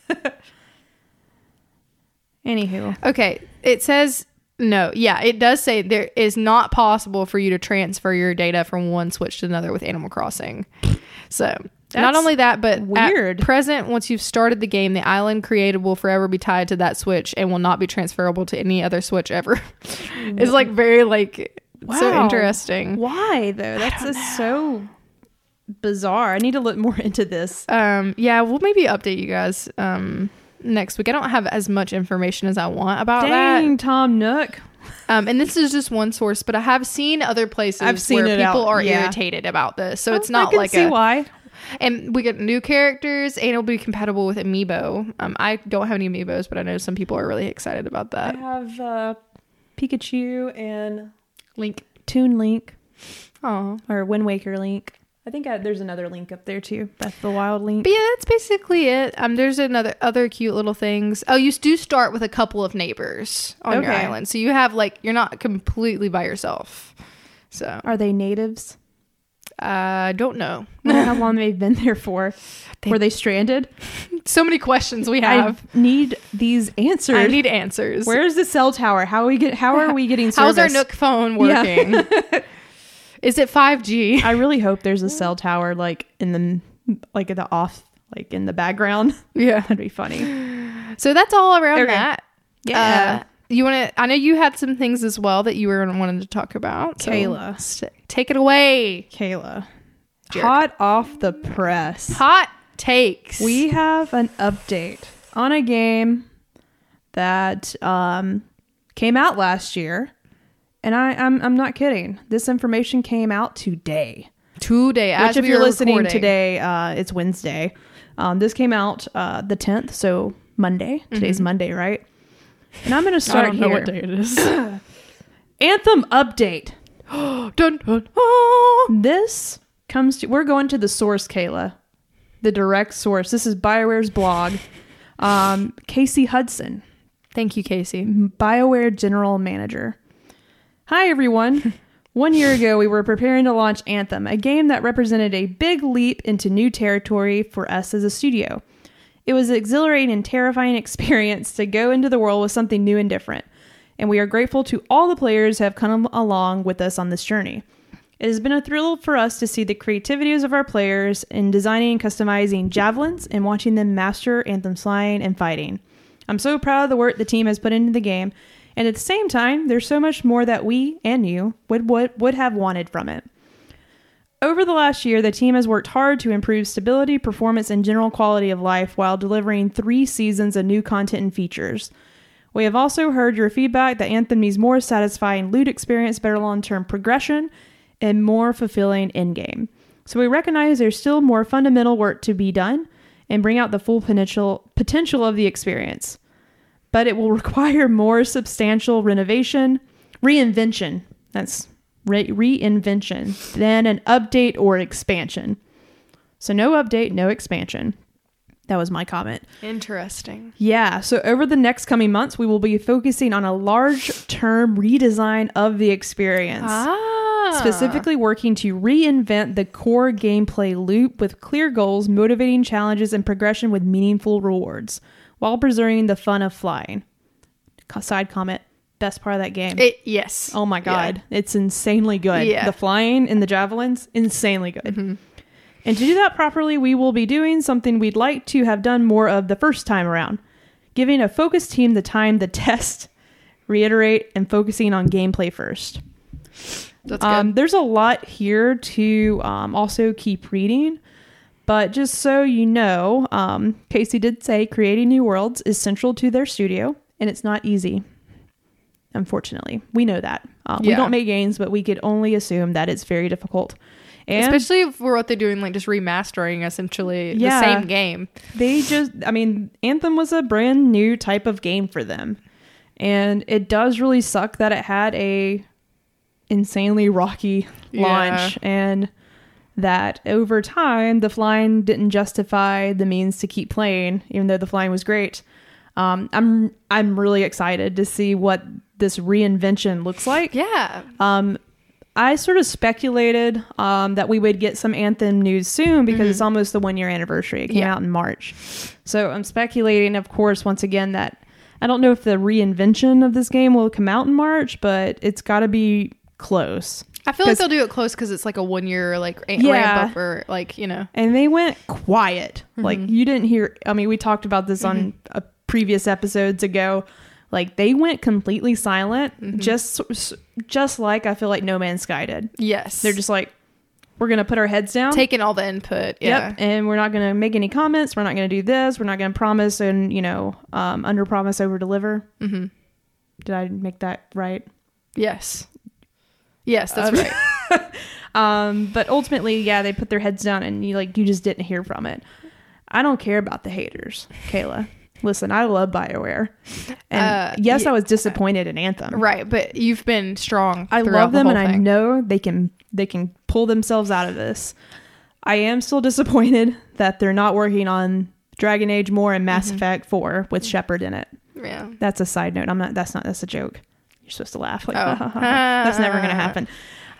[SPEAKER 1] Anywho,
[SPEAKER 2] Okay, it says no. Yeah, it does say there is not possible for you to transfer your data from one Switch to another with Animal Crossing. So. Not
[SPEAKER 1] That's
[SPEAKER 2] only that, but
[SPEAKER 1] weird.
[SPEAKER 2] at present, once you've started the game, the island created will forever be tied to that Switch and will not be transferable to any other Switch ever. (laughs) it's like very like so
[SPEAKER 1] Wow.
[SPEAKER 2] interesting.
[SPEAKER 1] why though? That's just so bizarre. I need to look more (laughs) into this.
[SPEAKER 2] um yeah we'll maybe update you guys um next week i don't have as much information as i want about
[SPEAKER 1] Dang, Tom Nook.
[SPEAKER 2] that um and this is just one source but i have seen other places
[SPEAKER 1] I've seen it
[SPEAKER 2] where people
[SPEAKER 1] out,
[SPEAKER 2] are
[SPEAKER 1] yeah. Oh,
[SPEAKER 2] irritated about this so it's
[SPEAKER 1] I
[SPEAKER 2] not
[SPEAKER 1] can
[SPEAKER 2] like
[SPEAKER 1] see
[SPEAKER 2] a
[SPEAKER 1] why.
[SPEAKER 2] and we get new characters and it'll be compatible with amiibo um i don't have any amiibos but i know some people are really excited about
[SPEAKER 1] I
[SPEAKER 2] that
[SPEAKER 1] have uh, Pikachu and
[SPEAKER 2] link
[SPEAKER 1] Toon Link.
[SPEAKER 2] oh
[SPEAKER 1] or Wind Waker Link. I think I, there's another link up there too. That's the Wild Link.
[SPEAKER 2] but yeah that's basically it um there's another other cute little things oh you do start with a couple of neighbors on your
[SPEAKER 1] Okay.
[SPEAKER 2] island so you have like you're not completely by yourself so (laughs)
[SPEAKER 1] Are they natives?
[SPEAKER 2] I don't know.
[SPEAKER 1] Wonder how long they've been there for.
[SPEAKER 2] They-
[SPEAKER 1] Were they stranded?
[SPEAKER 2] (laughs) So many questions we have.
[SPEAKER 1] I need these answered.
[SPEAKER 2] I need answers.
[SPEAKER 1] Where is the cell tower? How we get? How are we getting service?
[SPEAKER 2] (laughs) How's our Nook phone
[SPEAKER 1] Yeah.
[SPEAKER 2] working? (laughs) Is it 5G?
[SPEAKER 1] I really hope there's a cell tower like in the like at the off like in the background. (laughs)
[SPEAKER 2] Yeah.
[SPEAKER 1] That'd be funny.
[SPEAKER 2] So that's all around
[SPEAKER 1] Okay.
[SPEAKER 2] that. Uh, you want to? I know you had some things as well that you were wanting to talk about. so
[SPEAKER 1] Kayla.
[SPEAKER 2] s- take it away.
[SPEAKER 1] Kayla.
[SPEAKER 2] Jerk.
[SPEAKER 1] Hot off the press.
[SPEAKER 2] Hot takes.
[SPEAKER 1] We have an update on a game that um, came out last year. And I, I'm, I'm not kidding. This information came out today.
[SPEAKER 2] today. as
[SPEAKER 1] Which, if
[SPEAKER 2] we
[SPEAKER 1] you're
[SPEAKER 2] are
[SPEAKER 1] listening
[SPEAKER 2] recording.
[SPEAKER 1] today, uh, it's Wednesday. Um, this came out uh, the 10th, so Monday. Today's Monday, right? And I'm going to
[SPEAKER 2] Mm-hmm. (laughs) I
[SPEAKER 1] start
[SPEAKER 2] don't know what
[SPEAKER 1] here.
[SPEAKER 2] day it is.
[SPEAKER 1] Anthem update.
[SPEAKER 2] (gasps) dun, dun, ah.
[SPEAKER 1] This comes to we're going to the source, Kayla. The direct source. This is BioWare's blog. Um, Casey Hudson,
[SPEAKER 2] Thank you, Casey.
[SPEAKER 1] BioWare general manager. Hi everyone. One year ago, we were preparing to launch Anthem, a game that represented a big leap into new territory for us as a studio. It was an exhilarating and terrifying (laughs) experience to go into the world with something new and different, and we are grateful to all the players who have come along with us on this journey. It has been a thrill for us to see the creativities of our players in designing and customizing javelins and watching them master Anthem flying and fighting. I'm so proud of the work the team has put into the game, and at the same time, there's so much more that we and you would would, would have wanted from it. Over the last year, the team has worked hard to improve stability, performance, and general quality of life while delivering three seasons of new content and features. We have also heard your feedback that Anthem needs more satisfying loot experience, better long term progression, and more fulfilling endgame. So we recognize there's still more fundamental work to be done and bring out the full potential potential of the experience. But it will (laughs) require more substantial renovation, reinvention. That's re- reinvention than an update or expansion. So no update, no expansion. That was my comment.
[SPEAKER 2] Interesting.
[SPEAKER 1] Yeah, so over the next coming months, we will be focusing on a large term redesign of the experience.
[SPEAKER 2] Ah.
[SPEAKER 1] Specifically, working to reinvent the core gameplay loop with clear goals, motivating challenges, and progression with meaningful rewards while preserving the fun of flying. Co- Side comment best part of that game.
[SPEAKER 2] It, yes.
[SPEAKER 1] Oh my god, it's insanely good.
[SPEAKER 2] Yeah. Mm-hmm.
[SPEAKER 1] The flying and the javelins, insanely good. And to do that properly, we will be doing something we'd like to have done more of the first time around, giving a focused team the time to (laughs) test, reiterate, and focusing on gameplay first.
[SPEAKER 2] That's good.
[SPEAKER 1] Um, there's a lot here to um, also keep reading, but just so you know, um, Casey did say creating new worlds is central to their studio, and it's not easy. Unfortunately, we know that uh, we
[SPEAKER 2] Yeah.
[SPEAKER 1] don't make games, but we could only assume that it's very difficult. And
[SPEAKER 2] Especially for what they're doing, like just remastering essentially
[SPEAKER 1] Yeah.
[SPEAKER 2] the same game.
[SPEAKER 1] they just i mean anthem was a brand new type of game for them and it does really suck that it had a insanely rocky launch and that over time the flying didn't justify the means to keep playing even though the flying was great um, i'm i'm really excited to see what this reinvention looks like
[SPEAKER 2] Yeah.
[SPEAKER 1] um, I sort of speculated um, that we would get some Anthem news soon because it's almost the one year anniversary. It came
[SPEAKER 2] Yeah.
[SPEAKER 1] out in March. So I'm speculating, of course, once again, that I don't know if the reinvention of this game will come out in March, but it's got to be close.
[SPEAKER 2] I feel like
[SPEAKER 1] 'Cause-
[SPEAKER 2] they'll do it close because it's like a one year like a-
[SPEAKER 1] Yeah.
[SPEAKER 2] ramp up or like you know.
[SPEAKER 1] And they went quiet. Like, you didn't hear, I mean, we talked about this on uh previous episodes ago. Like they went completely silent, just just like I feel like No Man's Sky did.
[SPEAKER 2] Yes,
[SPEAKER 1] They're just like, we're gonna put our heads down.
[SPEAKER 2] taking all the input. Yeah,
[SPEAKER 1] Yep. And we're not going to make any comments. We're not going to do this. We're not going to promise and, you know, um, under promise, over deliver. Mm-hmm. Did I make that right?
[SPEAKER 2] yes, yes. That's
[SPEAKER 1] Um,
[SPEAKER 2] right.
[SPEAKER 1] Um, but ultimately, yeah, they put their heads down and you like, you just didn't hear from it. I don't care about the haters, Kayla. Listen, I love BioWare. And
[SPEAKER 2] Uh,
[SPEAKER 1] yes,
[SPEAKER 2] yeah.
[SPEAKER 1] I was disappointed in Anthem.
[SPEAKER 2] Right, but you've been strong.
[SPEAKER 1] I
[SPEAKER 2] throughout
[SPEAKER 1] love
[SPEAKER 2] the
[SPEAKER 1] them
[SPEAKER 2] whole
[SPEAKER 1] and I
[SPEAKER 2] thing.
[SPEAKER 1] know they can they can pull themselves out of this. I am still (laughs) disappointed that they're not working on Dragon Age more and Mass
[SPEAKER 2] Mm-hmm.
[SPEAKER 1] Effect 4 with Shepard in it.
[SPEAKER 2] Yeah.
[SPEAKER 1] (laughs) That's a side note. I'm not that's not that's a joke. You're supposed to laugh like
[SPEAKER 2] Oh.
[SPEAKER 1] that's never going to happen.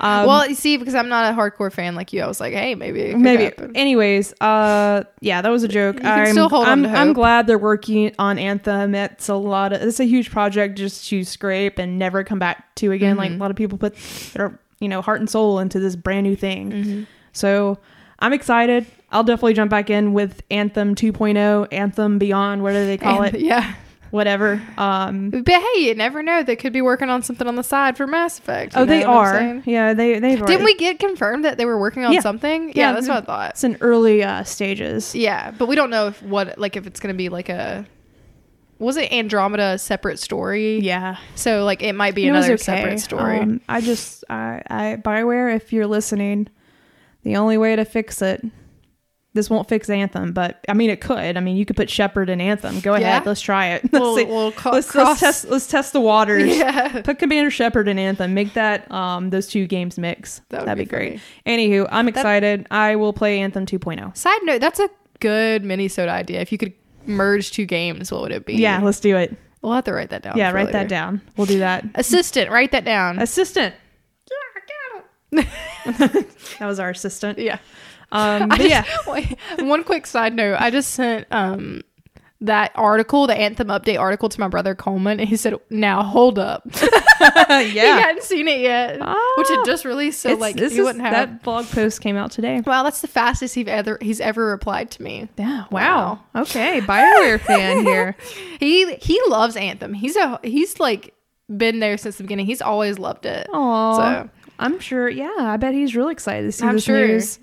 [SPEAKER 1] Um,
[SPEAKER 2] (laughs) well, you see, because I'm not a hardcore fan like you, I was like, hey, maybe it could
[SPEAKER 1] maybe.
[SPEAKER 2] happen.
[SPEAKER 1] Anyways, uh, yeah, that was a joke.
[SPEAKER 2] can still hold on
[SPEAKER 1] I'm,
[SPEAKER 2] to
[SPEAKER 1] I'm
[SPEAKER 2] hope.
[SPEAKER 1] glad they're working on Anthem. It's a lot of it's a huge project just to scrape and never come back to again.
[SPEAKER 2] Mm-hmm.
[SPEAKER 1] Like a lot of people put their you know heart and soul into this brand new thing.
[SPEAKER 2] Mm. Mm-hmm.
[SPEAKER 1] So I'm excited. I'll definitely jump back in with Anthem 2.0, Anthem Beyond, whatever they call
[SPEAKER 2] And-
[SPEAKER 1] it,
[SPEAKER 2] (laughs) Yeah. (laughs)
[SPEAKER 1] whatever. Um,
[SPEAKER 2] But hey, you never know. They could be working on something on the side for Mass Effect. you
[SPEAKER 1] oh,
[SPEAKER 2] know
[SPEAKER 1] they
[SPEAKER 2] what I'm
[SPEAKER 1] are.
[SPEAKER 2] saying?
[SPEAKER 1] Yeah, they they've
[SPEAKER 2] Didn't
[SPEAKER 1] already-
[SPEAKER 2] we get confirmed that they were working on
[SPEAKER 1] Yeah.
[SPEAKER 2] something? Yeah,
[SPEAKER 1] Yeah,
[SPEAKER 2] that's what I thought.
[SPEAKER 1] It's in early uh, stages.
[SPEAKER 2] Yeah, but we don't know if what like if it's gonna be like a was it Andromeda a separate story?
[SPEAKER 1] Yeah.
[SPEAKER 2] So like it might be
[SPEAKER 1] It was
[SPEAKER 2] another
[SPEAKER 1] okay.
[SPEAKER 2] separate story. (laughs)
[SPEAKER 1] Um, I just, I, I, Bioware, if you're listening, the only way to fix it, this won't fix Anthem, but I mean, it could. I mean, you could put Shepard in Anthem. Go
[SPEAKER 2] Yeah.
[SPEAKER 1] ahead, let's try it. (laughs) Let's,
[SPEAKER 2] We'll-
[SPEAKER 1] see.
[SPEAKER 2] we'll co-
[SPEAKER 1] let's,
[SPEAKER 2] cross-
[SPEAKER 1] let's test. Let's test the waters.
[SPEAKER 2] (laughs) Yeah.
[SPEAKER 1] Put Commander Shepard in Anthem. Make that um those two games mix.
[SPEAKER 2] That would
[SPEAKER 1] That'd
[SPEAKER 2] be
[SPEAKER 1] be, great. Anywho, I'm excited. I will play Anthem oh. 2.0.
[SPEAKER 2] Side note, that's a good minisode idea. If you could merge two games, what would it be?
[SPEAKER 1] Yeah, let's do it.
[SPEAKER 2] We'll have to write that down.
[SPEAKER 1] Yeah,
[SPEAKER 2] for
[SPEAKER 1] write
[SPEAKER 2] later.
[SPEAKER 1] that down. We'll do
[SPEAKER 2] (laughs)
[SPEAKER 1] that.
[SPEAKER 2] Assistant, write that down.
[SPEAKER 1] Assistant. That was our assistant.
[SPEAKER 2] (laughs) yeah.
[SPEAKER 1] Um,
[SPEAKER 2] I
[SPEAKER 1] but (laughs)
[SPEAKER 2] just-
[SPEAKER 1] yeah. (laughs)
[SPEAKER 2] (laughs) wait, one quick side note. I just sent um that article, the Anthem update article, to my brother Coleman, and he said, "Now hold up, (laughs) he
[SPEAKER 1] yeah.
[SPEAKER 2] hadn't seen it yet,
[SPEAKER 1] Ah.
[SPEAKER 2] which had just released, so
[SPEAKER 1] It's-
[SPEAKER 2] like
[SPEAKER 1] this
[SPEAKER 2] he
[SPEAKER 1] is-
[SPEAKER 2] wouldn't have."
[SPEAKER 1] that blog post came out today.
[SPEAKER 2] wow, that's the fastest he's ever he's ever replied to me.
[SPEAKER 1] Yeah.
[SPEAKER 2] Wow.
[SPEAKER 1] Okay. Bioware (laughs) fan here.
[SPEAKER 2] He he loves Anthem. He's a he's like been there since the beginning. He's always loved it.
[SPEAKER 1] Aw.
[SPEAKER 2] So-
[SPEAKER 1] I'm sure. Yeah. I bet he's really excited to see
[SPEAKER 2] I'm
[SPEAKER 1] this
[SPEAKER 2] sure.
[SPEAKER 1] news.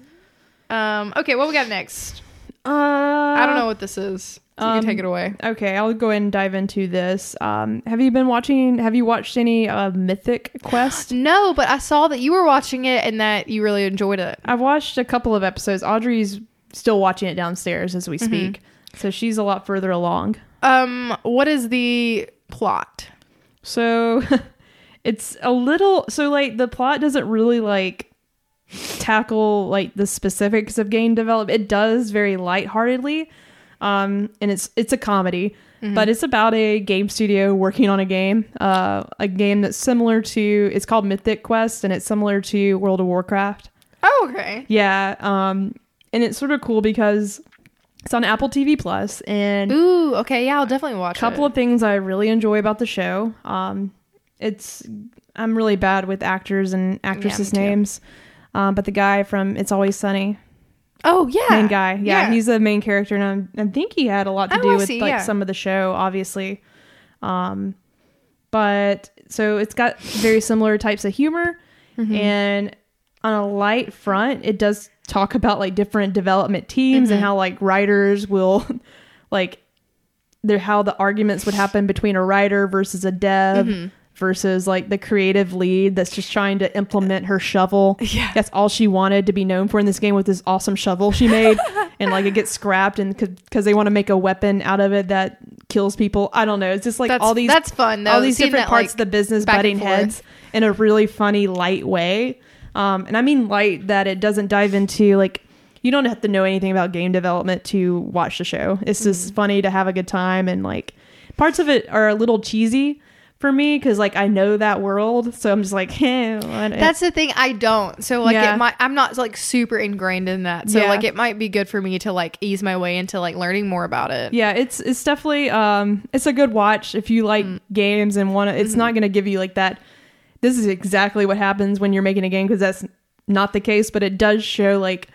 [SPEAKER 2] Um, okay, what we got next?
[SPEAKER 1] Uh,
[SPEAKER 2] I don't know what this is. So you
[SPEAKER 1] um,
[SPEAKER 2] can take it away.
[SPEAKER 1] Okay, I'll go ahead and dive into this. Um, have you been watching? Have you watched any uh, Mythic Quest?
[SPEAKER 2] No, but I saw that you were watching it and that you really enjoyed it.
[SPEAKER 1] I've watched a couple of episodes. Audrey's still watching it downstairs as we
[SPEAKER 2] Mm-hmm.
[SPEAKER 1] speak, so she's a lot further along.
[SPEAKER 2] Um, what is the plot?
[SPEAKER 1] So (laughs) it's a little so like the plot doesn't really like tackle like the specifics of game development. It does very lightheartedly. Um and it's it's a comedy, but it's about a game studio working on a game, uh a game that's similar to it's called Mythic Quest and it's similar to World of Warcraft.
[SPEAKER 2] Oh, okay.
[SPEAKER 1] Yeah, um and it's sort of cool because it's on Apple TV Plus and
[SPEAKER 2] Ooh, okay. Yeah, I'll definitely watch
[SPEAKER 1] couple
[SPEAKER 2] it.
[SPEAKER 1] of things I really enjoy about the show. Um, it's I'm really bad with actors and actresses'
[SPEAKER 2] too.
[SPEAKER 1] names, um, but the guy from It's Always Sunny,
[SPEAKER 2] Oh, yeah.
[SPEAKER 1] main guy, yeah, he's the main character, and I'm, I think he had a lot to
[SPEAKER 2] Oh,
[SPEAKER 1] do
[SPEAKER 2] I
[SPEAKER 1] with
[SPEAKER 2] see,
[SPEAKER 1] like
[SPEAKER 2] yeah.
[SPEAKER 1] some of the show, obviously. Um, but so it's got very similar types of humor,
[SPEAKER 2] Mm-hmm.
[SPEAKER 1] and on a light front, it does talk about like different development teams
[SPEAKER 2] Mm-hmm.
[SPEAKER 1] and how like writers will like their how the arguments would happen between a writer versus a dev
[SPEAKER 2] Mm-hmm.
[SPEAKER 1] versus like the creative lead that's just trying to implement her shovel.
[SPEAKER 2] (laughs) Yeah.
[SPEAKER 1] That's all she wanted to be known for in this game with this awesome shovel she
[SPEAKER 2] (laughs)
[SPEAKER 1] made and like it gets scrapped and cuz they want to make a weapon out of it that kills people. I don't know. It's just like
[SPEAKER 2] That's,
[SPEAKER 1] all these
[SPEAKER 2] That's fun. Though.
[SPEAKER 1] all these
[SPEAKER 2] seeing
[SPEAKER 1] different
[SPEAKER 2] that,
[SPEAKER 1] parts of
[SPEAKER 2] like,
[SPEAKER 1] the business
[SPEAKER 2] back and
[SPEAKER 1] butting heads in a really funny, light way. Um, and I mean light that it doesn't dive into like you don't have to know anything about game development to watch the show. It's
[SPEAKER 2] Mm-hmm.
[SPEAKER 1] just funny to have a good time and like parts of it are a little cheesy for me because like I know that world, so I'm just like, (laughs) eh, what-
[SPEAKER 2] That's the thing I don't. So like
[SPEAKER 1] Yeah.
[SPEAKER 2] it might I'm not like super ingrained in that. So
[SPEAKER 1] Yeah.
[SPEAKER 2] like it might be good for me to like ease my way into like learning more about it.
[SPEAKER 1] yeah, it's it's definitely um it's a good watch if you like
[SPEAKER 2] Mm.
[SPEAKER 1] games and want to. It's not going to give you like that. This is exactly what happens when you're making a game because that's not the case, but it does show like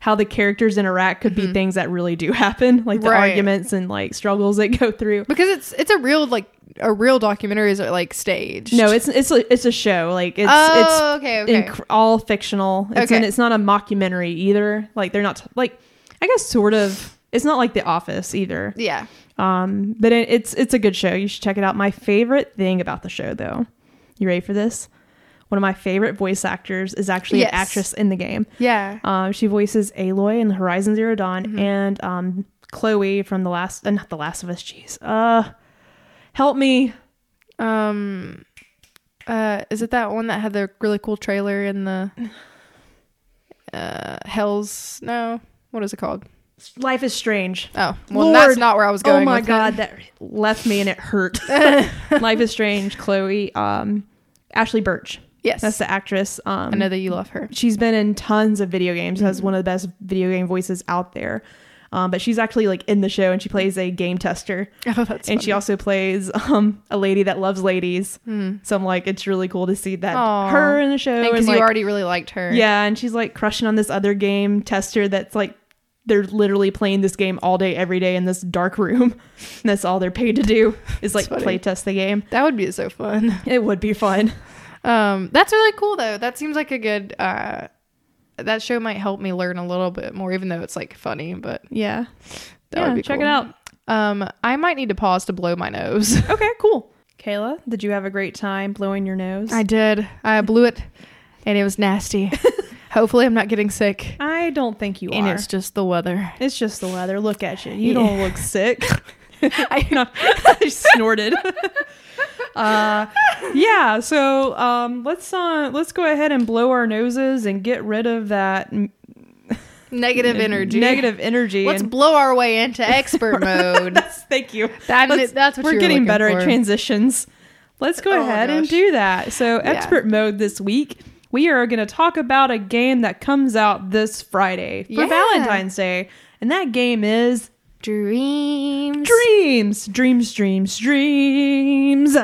[SPEAKER 1] how the characters interact could be things that really do happen, like the
[SPEAKER 2] Mm-hmm. Right.
[SPEAKER 1] arguments and like struggles they go through.
[SPEAKER 2] Because it's it's a real like a real documentary is like staged.
[SPEAKER 1] No, it's it's a, it's a show. Like it's
[SPEAKER 2] Oh,
[SPEAKER 1] it's
[SPEAKER 2] okay, okay.
[SPEAKER 1] inc- all fictional. It's
[SPEAKER 2] Okay.
[SPEAKER 1] and it's not a mockumentary either. Like they're not like I guess sort of. It's not like The Office either.
[SPEAKER 2] yeah.
[SPEAKER 1] Um, but it, it's it's a good show. You should check it out. My favorite thing about the show, though, you ready for this? One of my favorite voice actors is actually
[SPEAKER 2] Yes.
[SPEAKER 1] an actress in the game.
[SPEAKER 2] Yeah.
[SPEAKER 1] Um, she voices Aloy in Horizon Zero Dawn and um, Chloe from the last, uh, not the Last of Us. Jeez, uh, help me.
[SPEAKER 2] Um uh is it that one that had the really cool trailer in the uh Hell's no? What is it called?
[SPEAKER 1] Life is strange.
[SPEAKER 2] Oh. Well
[SPEAKER 1] Lord.
[SPEAKER 2] that's not where I was going.
[SPEAKER 1] oh my
[SPEAKER 2] with it.
[SPEAKER 1] god, that (laughs) left me and it hurt. Life is strange. Chloe, um, Ashley Birch.
[SPEAKER 2] Yes.
[SPEAKER 1] That's the actress. Um,
[SPEAKER 2] I know that you love
[SPEAKER 1] (laughs)
[SPEAKER 2] her.
[SPEAKER 1] she's been in tons of video games has one of the best video game voices out there um, but she's actually like in the show and she plays a game tester
[SPEAKER 2] Oh, that's
[SPEAKER 1] and she also plays um, a lady that loves ladies so i'm like it's really cool to see that
[SPEAKER 2] Aw.
[SPEAKER 1] her in the show and,
[SPEAKER 2] because you
[SPEAKER 1] like-
[SPEAKER 2] already really liked her.
[SPEAKER 1] yeah and she's like crushing on this other game tester that's like they're literally playing this game all day every day in this dark room (laughs) and that's all they're paid to do is like
[SPEAKER 2] funny.
[SPEAKER 1] play test the game
[SPEAKER 2] That would be so fun.
[SPEAKER 1] it would be fun
[SPEAKER 2] Um, that's really cool though. That seems like a good. Uh, that show might help me learn a little bit more, even though it's like funny. But
[SPEAKER 1] yeah
[SPEAKER 2] that
[SPEAKER 1] yeah
[SPEAKER 2] would be
[SPEAKER 1] check
[SPEAKER 2] cool.
[SPEAKER 1] it out
[SPEAKER 2] Um, I might need to pause to blow my nose.
[SPEAKER 1] Okay, cool. Kayla, did you have a great time blowing your nose?
[SPEAKER 2] I did. I blew it, and it was (laughs) nasty. Hopefully, I'm not getting sick.
[SPEAKER 1] I don't think you
[SPEAKER 2] And
[SPEAKER 1] are.
[SPEAKER 2] it's just the weather.
[SPEAKER 1] It's just the weather. Look at you. You
[SPEAKER 2] Yeah.
[SPEAKER 1] don't look
[SPEAKER 2] (laughs)
[SPEAKER 1] sick.
[SPEAKER 2] I-
[SPEAKER 1] No, I snorted. (laughs) uh, yeah. So um, let's uh, let's go ahead and blow our noses and get rid of that n-
[SPEAKER 2] Negative energy.
[SPEAKER 1] Negative energy.
[SPEAKER 2] Let's
[SPEAKER 1] and-
[SPEAKER 2] blow our way into (laughs) expert
[SPEAKER 1] (laughs)
[SPEAKER 2] mode.
[SPEAKER 1] That's- thank you.
[SPEAKER 2] That-
[SPEAKER 1] Let's-
[SPEAKER 2] that's what
[SPEAKER 1] we're
[SPEAKER 2] you were
[SPEAKER 1] getting
[SPEAKER 2] looking
[SPEAKER 1] better at
[SPEAKER 2] for.
[SPEAKER 1] transitions. Let's go
[SPEAKER 2] Oh my
[SPEAKER 1] ahead and
[SPEAKER 2] gosh.
[SPEAKER 1] do that. So,
[SPEAKER 2] Yeah.
[SPEAKER 1] expert mode this week, we are going to talk about a game that comes out this Friday for
[SPEAKER 2] Yeah.
[SPEAKER 1] Valentine's Day, and that game is
[SPEAKER 2] Dreams.
[SPEAKER 1] Dreams, Dreams, Dreams, Dreams.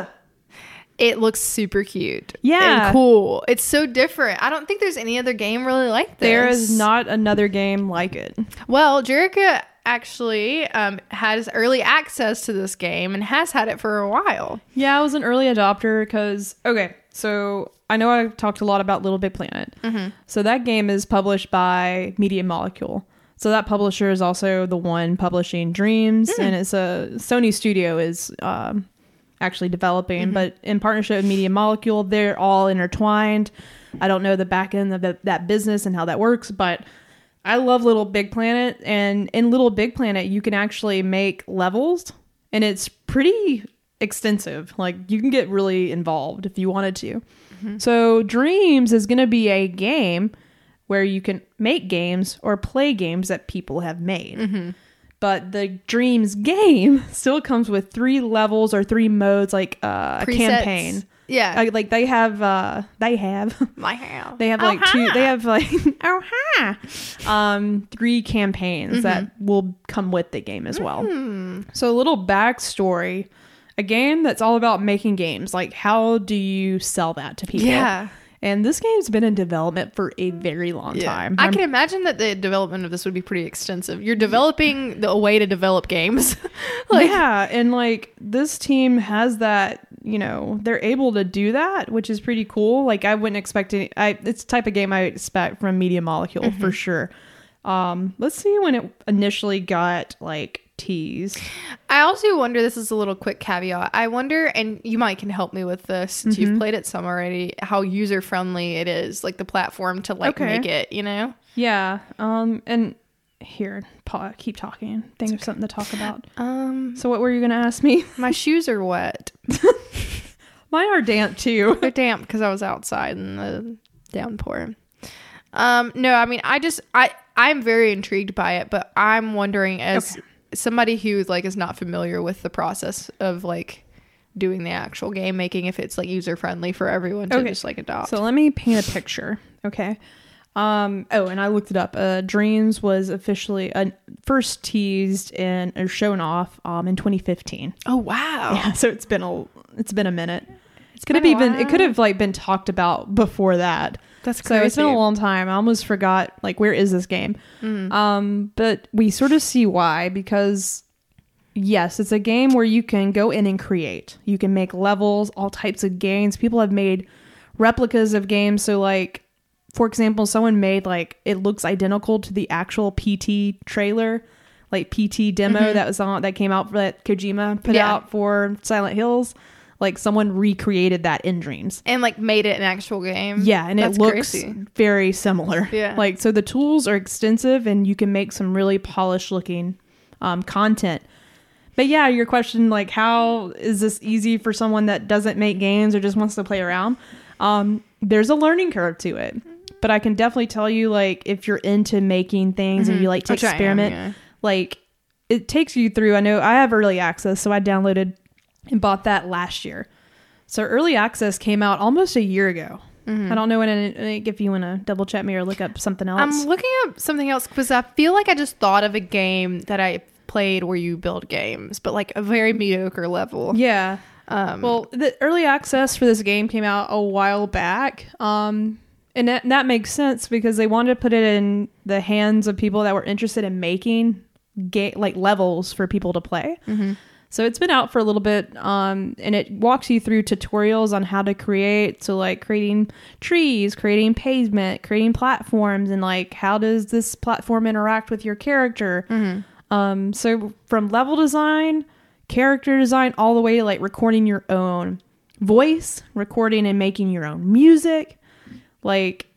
[SPEAKER 2] It looks super cute.
[SPEAKER 1] Yeah.
[SPEAKER 2] And cool. It's so different. I don't think there's any other game really like this.
[SPEAKER 1] There is not another game like it.
[SPEAKER 2] Well, Jerica actually um, has early access to this game and has had it for a while.
[SPEAKER 1] Yeah, I was an early adopter because, okay, so I know I've talked a lot about Little Big Planet. So that game is published by Media Molecule. So that publisher is also the one publishing Dreams, and it's a Sony studio is um, actually developing, but in partnership with Media Molecule, they're all intertwined. I don't know the back end of the, that business and how that works, but I love Little Big Planet, and in Little Big Planet, you can actually make levels, and it's pretty extensive. Like you can get really involved if you wanted to. So Dreams is going to be a game where you can make games or play games that people have made. But the Dreams game (laughs) still comes with three levels or three modes, like uh, a
[SPEAKER 2] Presets.
[SPEAKER 1] campaign.
[SPEAKER 2] Yeah.
[SPEAKER 1] Like- like they have, uh, they have. (laughs)
[SPEAKER 2] my house.
[SPEAKER 1] They have
[SPEAKER 2] Oh,
[SPEAKER 1] like two.
[SPEAKER 2] hi.
[SPEAKER 1] They have like (laughs) oh hi, um, three campaigns that
[SPEAKER 2] Mm-hmm.
[SPEAKER 1] will come with the game as well. So a little backstory: a game that's all about making games. Like, how do you sell that to people?
[SPEAKER 2] Yeah.
[SPEAKER 1] And this game's been in development for a very long
[SPEAKER 2] Yeah.
[SPEAKER 1] time.
[SPEAKER 2] I
[SPEAKER 1] I'm-
[SPEAKER 2] can imagine that the development of this would be pretty extensive. You're developing the, a way to develop games. (laughs) like,
[SPEAKER 1] yeah, and like this team has that. You know, they're able to do that, which is pretty cool. Like, I wouldn't expect any. I it's the type of game I expect from Media Molecule for sure. Um, let's see when it initially got like teased.
[SPEAKER 2] I also wonder this is a little quick caveat. I wonder, and you might can help me with this since
[SPEAKER 1] Mm-hmm.
[SPEAKER 2] you've played it some already, how user friendly it is, like the platform to like
[SPEAKER 1] Okay.
[SPEAKER 2] make it, you know?
[SPEAKER 1] Yeah. Um, and here, pa- keep talking. Think of something to talk about.
[SPEAKER 2] Um,
[SPEAKER 1] So, what were you gonna ask me? (laughs)
[SPEAKER 2] my shoes are wet.
[SPEAKER 1] Mine are damp too.
[SPEAKER 2] They're damp because I was outside in the downpour. Um, no, I mean, I just I I'm very intrigued by it, but I'm wondering as somebody who like is not familiar with the process of like doing the actual game making, if it's like user friendly for everyone to
[SPEAKER 1] Okay.
[SPEAKER 2] just like adopt.
[SPEAKER 1] So let me paint a picture. Okay. Um, oh, and I looked it up. Uh, Dreams was officially uh, first teased and or shown off um, in 2015.
[SPEAKER 2] oh wow.
[SPEAKER 1] Yeah, so it's been a it's been a minute. It could
[SPEAKER 2] been
[SPEAKER 1] have
[SPEAKER 2] a
[SPEAKER 1] even it
[SPEAKER 2] while.
[SPEAKER 1] could have like been talked about before that.
[SPEAKER 2] That's
[SPEAKER 1] So it's been a
[SPEAKER 2] crazy. Mm.
[SPEAKER 1] long time. I almost forgot like where is this game? Um, but we sort of see why because yes, it's a game where you can go in and create. You can make levels, all types of games. People have made replicas of games. So like for example, someone made like it looks identical to the actual PT trailer, like PT demo that was on that came out for that Kojima put
[SPEAKER 2] Mm-hmm. Yeah.
[SPEAKER 1] out for Silent Hills. Like someone recreated that in Dreams.
[SPEAKER 2] and like made it an actual game.
[SPEAKER 1] Yeah, and
[SPEAKER 2] That's
[SPEAKER 1] it looks
[SPEAKER 2] crazy.
[SPEAKER 1] very similar.
[SPEAKER 2] Yeah.
[SPEAKER 1] Like, so the tools are extensive and you can make some really polished looking um, content. But yeah, your question, like, how is this easy for someone that doesn't make games or just wants to play around? Um, there's a learning curve to it. But I can definitely tell you, like, if you're into making things and you like to
[SPEAKER 2] Mm-hmm. Which I am,
[SPEAKER 1] experiment,
[SPEAKER 2] yeah.
[SPEAKER 1] like, it takes you through. I know I have early access, so I downloaded and bought that last year. So early access came out almost a year ago. I don't know when it, if you want to double check me or look up something else.
[SPEAKER 2] I'm looking up something else because I feel like I just thought of a game that I played where you build games, but like a very mediocre level.
[SPEAKER 1] yeah.
[SPEAKER 2] Um,
[SPEAKER 1] Well, the early access for this game came out a while back. Um, and that, that makes sense because they wanted to put it in the hands of people that were interested in making ga- like levels for people to play. So it's been out for a little bit, um, and it walks you through tutorials on how to create. So like creating trees, creating pavement, creating platforms, and like how does this platform interact with your character? Um, so from level design, character design, all the way to like recording your own voice, recording and making your own music, like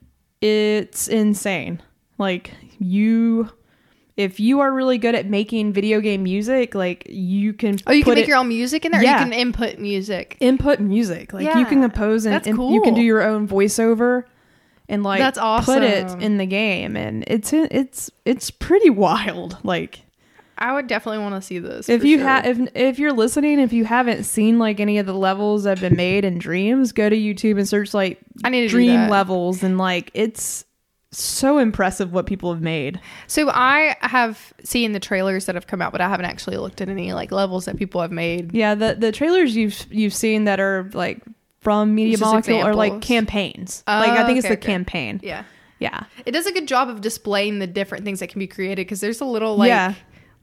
[SPEAKER 1] it's insane. Like you. If you are really good at making video game music, like you can
[SPEAKER 2] oh, you can
[SPEAKER 1] put
[SPEAKER 2] make
[SPEAKER 1] it-
[SPEAKER 2] your own music in there.
[SPEAKER 1] Yeah.
[SPEAKER 2] Or you can input music.
[SPEAKER 1] input music. Like you
[SPEAKER 2] Yeah.
[SPEAKER 1] can compose and,
[SPEAKER 2] That's
[SPEAKER 1] and you can
[SPEAKER 2] cool.
[SPEAKER 1] do your own voiceover and like
[SPEAKER 2] That's
[SPEAKER 1] put it
[SPEAKER 2] awesome.
[SPEAKER 1] in the game and it's it's it's pretty wild. Like
[SPEAKER 2] I would definitely want to see this.
[SPEAKER 1] if
[SPEAKER 2] for
[SPEAKER 1] you
[SPEAKER 2] sure.
[SPEAKER 1] have if if you're listening if you haven't seen like any of the levels that have been made in dreams, go to YouTube and search like
[SPEAKER 2] I need to do
[SPEAKER 1] dream
[SPEAKER 2] that.
[SPEAKER 1] levels and like it's so impressive what people have made.
[SPEAKER 2] So I have seen the trailers that have come out, but I haven't actually looked at any like levels that people have made.
[SPEAKER 1] Yeah, the the trailers you've you've seen that are like from Media
[SPEAKER 2] It's just
[SPEAKER 1] Molecule are like
[SPEAKER 2] examples.
[SPEAKER 1] campaigns.
[SPEAKER 2] Oh,
[SPEAKER 1] like I think it's the
[SPEAKER 2] okay, okay.
[SPEAKER 1] campaign.
[SPEAKER 2] Yeah.
[SPEAKER 1] Yeah.
[SPEAKER 2] It does a good job of displaying the different things that can be created because there's a little like
[SPEAKER 1] Yeah.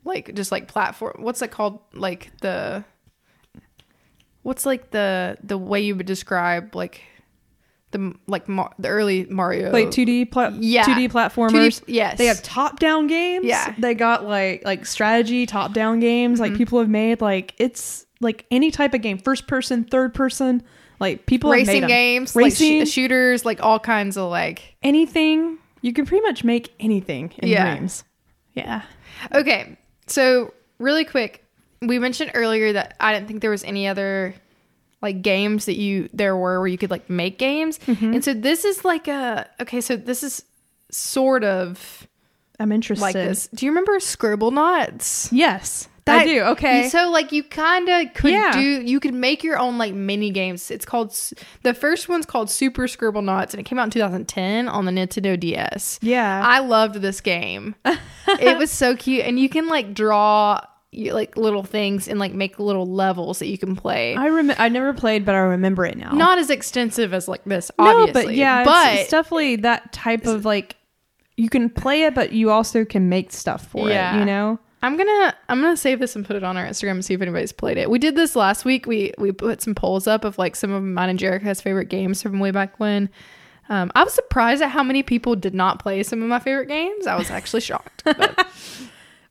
[SPEAKER 2] like just like platform what's that called? Like the what's like the the way you would describe like the like Mar- the early Mario
[SPEAKER 1] like 2D plat
[SPEAKER 2] uh, Yeah.
[SPEAKER 1] 2D
[SPEAKER 2] 2D
[SPEAKER 1] platformers.
[SPEAKER 2] yes.
[SPEAKER 1] They have top-down games.
[SPEAKER 2] Yeah. Mm-hmm.
[SPEAKER 1] They got like like strategy top-down games like people have made like it's like any type of game, first person, third person, like people have made
[SPEAKER 2] racing
[SPEAKER 1] 'em.
[SPEAKER 2] games,
[SPEAKER 1] racing
[SPEAKER 2] like sh- shooters, like all kinds of like
[SPEAKER 1] anything. You can pretty much make anything in
[SPEAKER 2] Yeah.
[SPEAKER 1] dreams. Yeah.
[SPEAKER 2] Okay. So, really quick, we mentioned earlier that I didn't think there was any other like games that you there were where you could like make games.
[SPEAKER 1] Mm-hmm.
[SPEAKER 2] And so this is like a okay, so this is sort of
[SPEAKER 1] I'm interested.
[SPEAKER 2] like this. Do you remember Scribble Knots?
[SPEAKER 1] Yes. I do. Okay.
[SPEAKER 2] So like you kind of could
[SPEAKER 1] Yeah.
[SPEAKER 2] do you could make your own like mini games. It's called s- the first one's called Super Scribble Knots and it came out in 2010 on the Nintendo DS.
[SPEAKER 1] yeah.
[SPEAKER 2] I loved this game. it was so cute, and you can like draw you, like little things and like make little levels that you can play.
[SPEAKER 1] I rem- I never played but I remember it now.
[SPEAKER 2] Not as extensive as like this, obviously.
[SPEAKER 1] No, but yeah, it's-
[SPEAKER 2] but
[SPEAKER 1] it's, definitely that type of like you can play it, but you also can make stuff for it.
[SPEAKER 2] Yeah.
[SPEAKER 1] You know,
[SPEAKER 2] I'm gonna I'm gonna save this and put it on our Instagram and see if anybody's played it. We did this last week. We we put some polls up of like some of mine and Jerica's favorite games from way back when. Um, I was surprised at how many people did not play some of my favorite games. I was actually shocked. But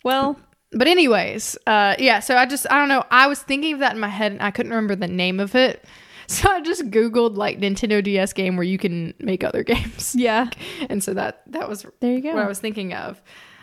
[SPEAKER 1] well,
[SPEAKER 2] But anyways, uh, yeah. So I just I don't know. I was thinking of that in my head, and I couldn't remember the name of it. (laughs) So I just googled like Nintendo DS game where you can make other (laughs) games,
[SPEAKER 1] yeah,
[SPEAKER 2] and so that that was
[SPEAKER 1] there you go.
[SPEAKER 2] what I was thinking of.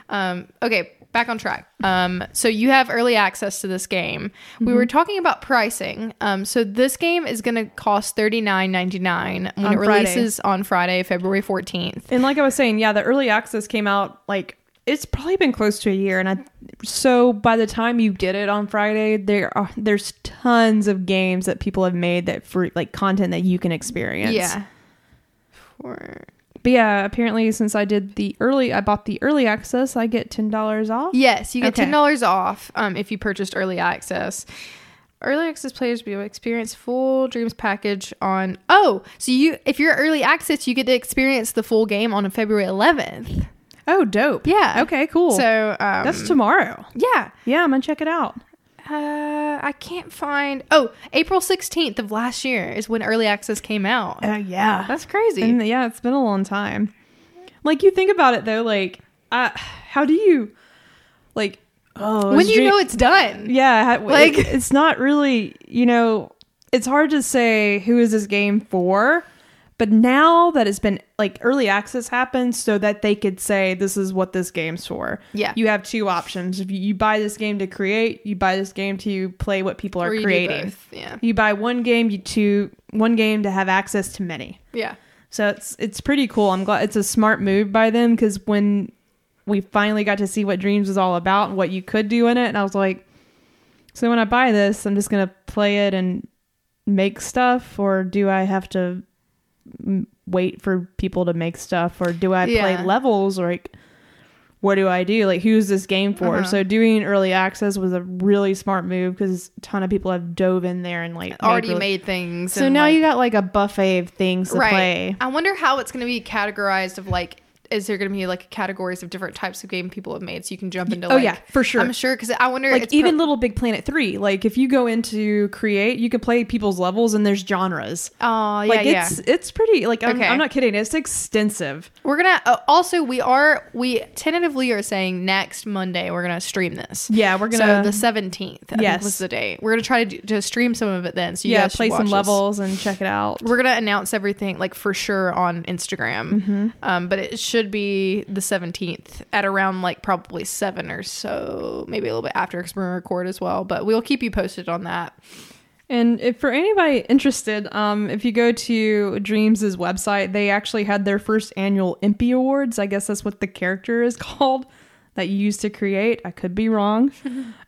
[SPEAKER 2] Um, okay, back on track. Um, so you have early access to this game.
[SPEAKER 1] Mm-hmm.
[SPEAKER 2] We were talking about pricing. Um, so this game is going to cost thirty nine ninety nine when
[SPEAKER 1] On
[SPEAKER 2] it
[SPEAKER 1] Friday.
[SPEAKER 2] releases on Friday, February fourteenth.
[SPEAKER 1] and like I was saying, yeah, the early access came out like it's probably been close to a year, and I so by the time you get it on Friday, there are there's tons of games that people have made that for like content that you can experience.
[SPEAKER 2] Yeah. For-
[SPEAKER 1] but yeah, apparently since I did the early, I bought the early access, I get ten dollars off.
[SPEAKER 2] Yes, you get
[SPEAKER 1] Okay.
[SPEAKER 2] ten dollars off um, if you purchased early access. Early access players will experience full Dreams package on. Oh, so you if you're early access, you get to experience the full game on February 11th.
[SPEAKER 1] Oh, dope.
[SPEAKER 2] Yeah.
[SPEAKER 1] Okay. Cool.
[SPEAKER 2] So um,
[SPEAKER 1] that's tomorrow.
[SPEAKER 2] yeah.
[SPEAKER 1] Yeah, I'm gonna check it out.
[SPEAKER 2] Uh, I can't find. Oh, April 16th of last year is when early access came out.
[SPEAKER 1] Uh, yeah.
[SPEAKER 2] That's crazy.
[SPEAKER 1] And yeah, it's been a long time. Like you think about it though, like uh, how do you like oh
[SPEAKER 2] when do you
[SPEAKER 1] dream-
[SPEAKER 2] know it's done?
[SPEAKER 1] yeah how, like
[SPEAKER 2] Like-
[SPEAKER 1] it's not really you know it's hard to say who is this game for, but now that it's been like early access happened so that they could say this is what this game's for.
[SPEAKER 2] Yeah.
[SPEAKER 1] you have two options. If you, you buy this game to create, you buy this game to play what people are
[SPEAKER 2] Or you do
[SPEAKER 1] creating.
[SPEAKER 2] both. Yeah.
[SPEAKER 1] You buy one game, you two one game to have access to many.
[SPEAKER 2] Yeah.
[SPEAKER 1] So it's it's pretty cool. I'm glad it's a smart move by them because when we finally got to see what Dreams was all about and what you could do in it, and I was like, so when I buy this, I'm just gonna play it and make stuff, or do I have to m- wait for people to make stuff or do I
[SPEAKER 2] Yeah.
[SPEAKER 1] play levels or like what do I do? Like who's this game for?
[SPEAKER 2] Uh-huh.
[SPEAKER 1] So doing early access was a really smart move cuz a ton of people have dove in there and like
[SPEAKER 2] already
[SPEAKER 1] really-
[SPEAKER 2] made things.
[SPEAKER 1] So
[SPEAKER 2] and,
[SPEAKER 1] now
[SPEAKER 2] like-
[SPEAKER 1] you got like a buffet of things to play.
[SPEAKER 2] I wonder how it's going to be categorized of like, is there going to be like categories of different types of game people have made so you can jump into
[SPEAKER 1] oh,
[SPEAKER 2] like,
[SPEAKER 1] yeah, for sure.
[SPEAKER 2] I'm sure because I wonder
[SPEAKER 1] Like
[SPEAKER 2] it's
[SPEAKER 1] even
[SPEAKER 2] pro-
[SPEAKER 1] Little Big Planet 3, like if you go into create, you can play people's levels and there's genres.
[SPEAKER 2] oh yeah
[SPEAKER 1] Like
[SPEAKER 2] yeah
[SPEAKER 1] it's it's pretty like I'm,
[SPEAKER 2] Okay.
[SPEAKER 1] I'm not kidding, it's extensive.
[SPEAKER 2] we're gonna uh, also we are we tentatively are saying next Monday we're gonna stream this
[SPEAKER 1] Yeah, we're gonna
[SPEAKER 2] so the 17th I think
[SPEAKER 1] Yes.
[SPEAKER 2] was the day we're gonna try to, do, to stream some of it then so you
[SPEAKER 1] yeah,
[SPEAKER 2] guys should
[SPEAKER 1] play some
[SPEAKER 2] watch this.
[SPEAKER 1] levels and check it out.
[SPEAKER 2] we're gonna announce everything like for sure on Instagram,
[SPEAKER 1] Mm-hmm.
[SPEAKER 2] um, but it should be the seventeenth at around like probably seven or so, maybe a little bit after because we're gonna record as well. But we'll keep you posted on that.
[SPEAKER 1] And if for anybody interested, um, if you go to Dreams' website, they actually had their first annual Impy Awards. I guess that's what the character is (laughs) called that you used to create. I could be
[SPEAKER 2] (laughs)
[SPEAKER 1] wrong.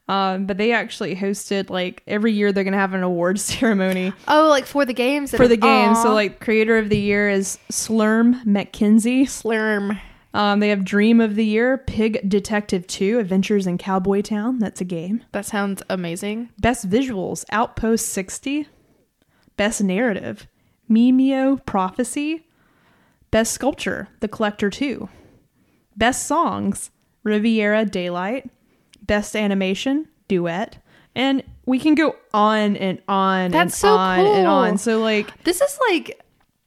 [SPEAKER 1] um, but they actually hosted like every year they're gonna have an award (laughs) ceremony
[SPEAKER 2] Oh, like for the games
[SPEAKER 1] for the game. So like creator of the year is Slurm McKenzie.
[SPEAKER 2] slurm.
[SPEAKER 1] Um, they have Dream of the Year, Pig Detective 2, Adventures in Cowboy Town. That's a game.
[SPEAKER 2] That sounds amazing.
[SPEAKER 1] Best Visuals, Outpost 60. Best Narrative, Mimeo Prophecy. Best Sculpture, The Collector 2. Best Songs, Riviera Daylight. Best Animation, Duet. And we can go on and on
[SPEAKER 2] That's
[SPEAKER 1] and
[SPEAKER 2] so
[SPEAKER 1] on and
[SPEAKER 2] cool.
[SPEAKER 1] on. So, like,
[SPEAKER 2] This is like.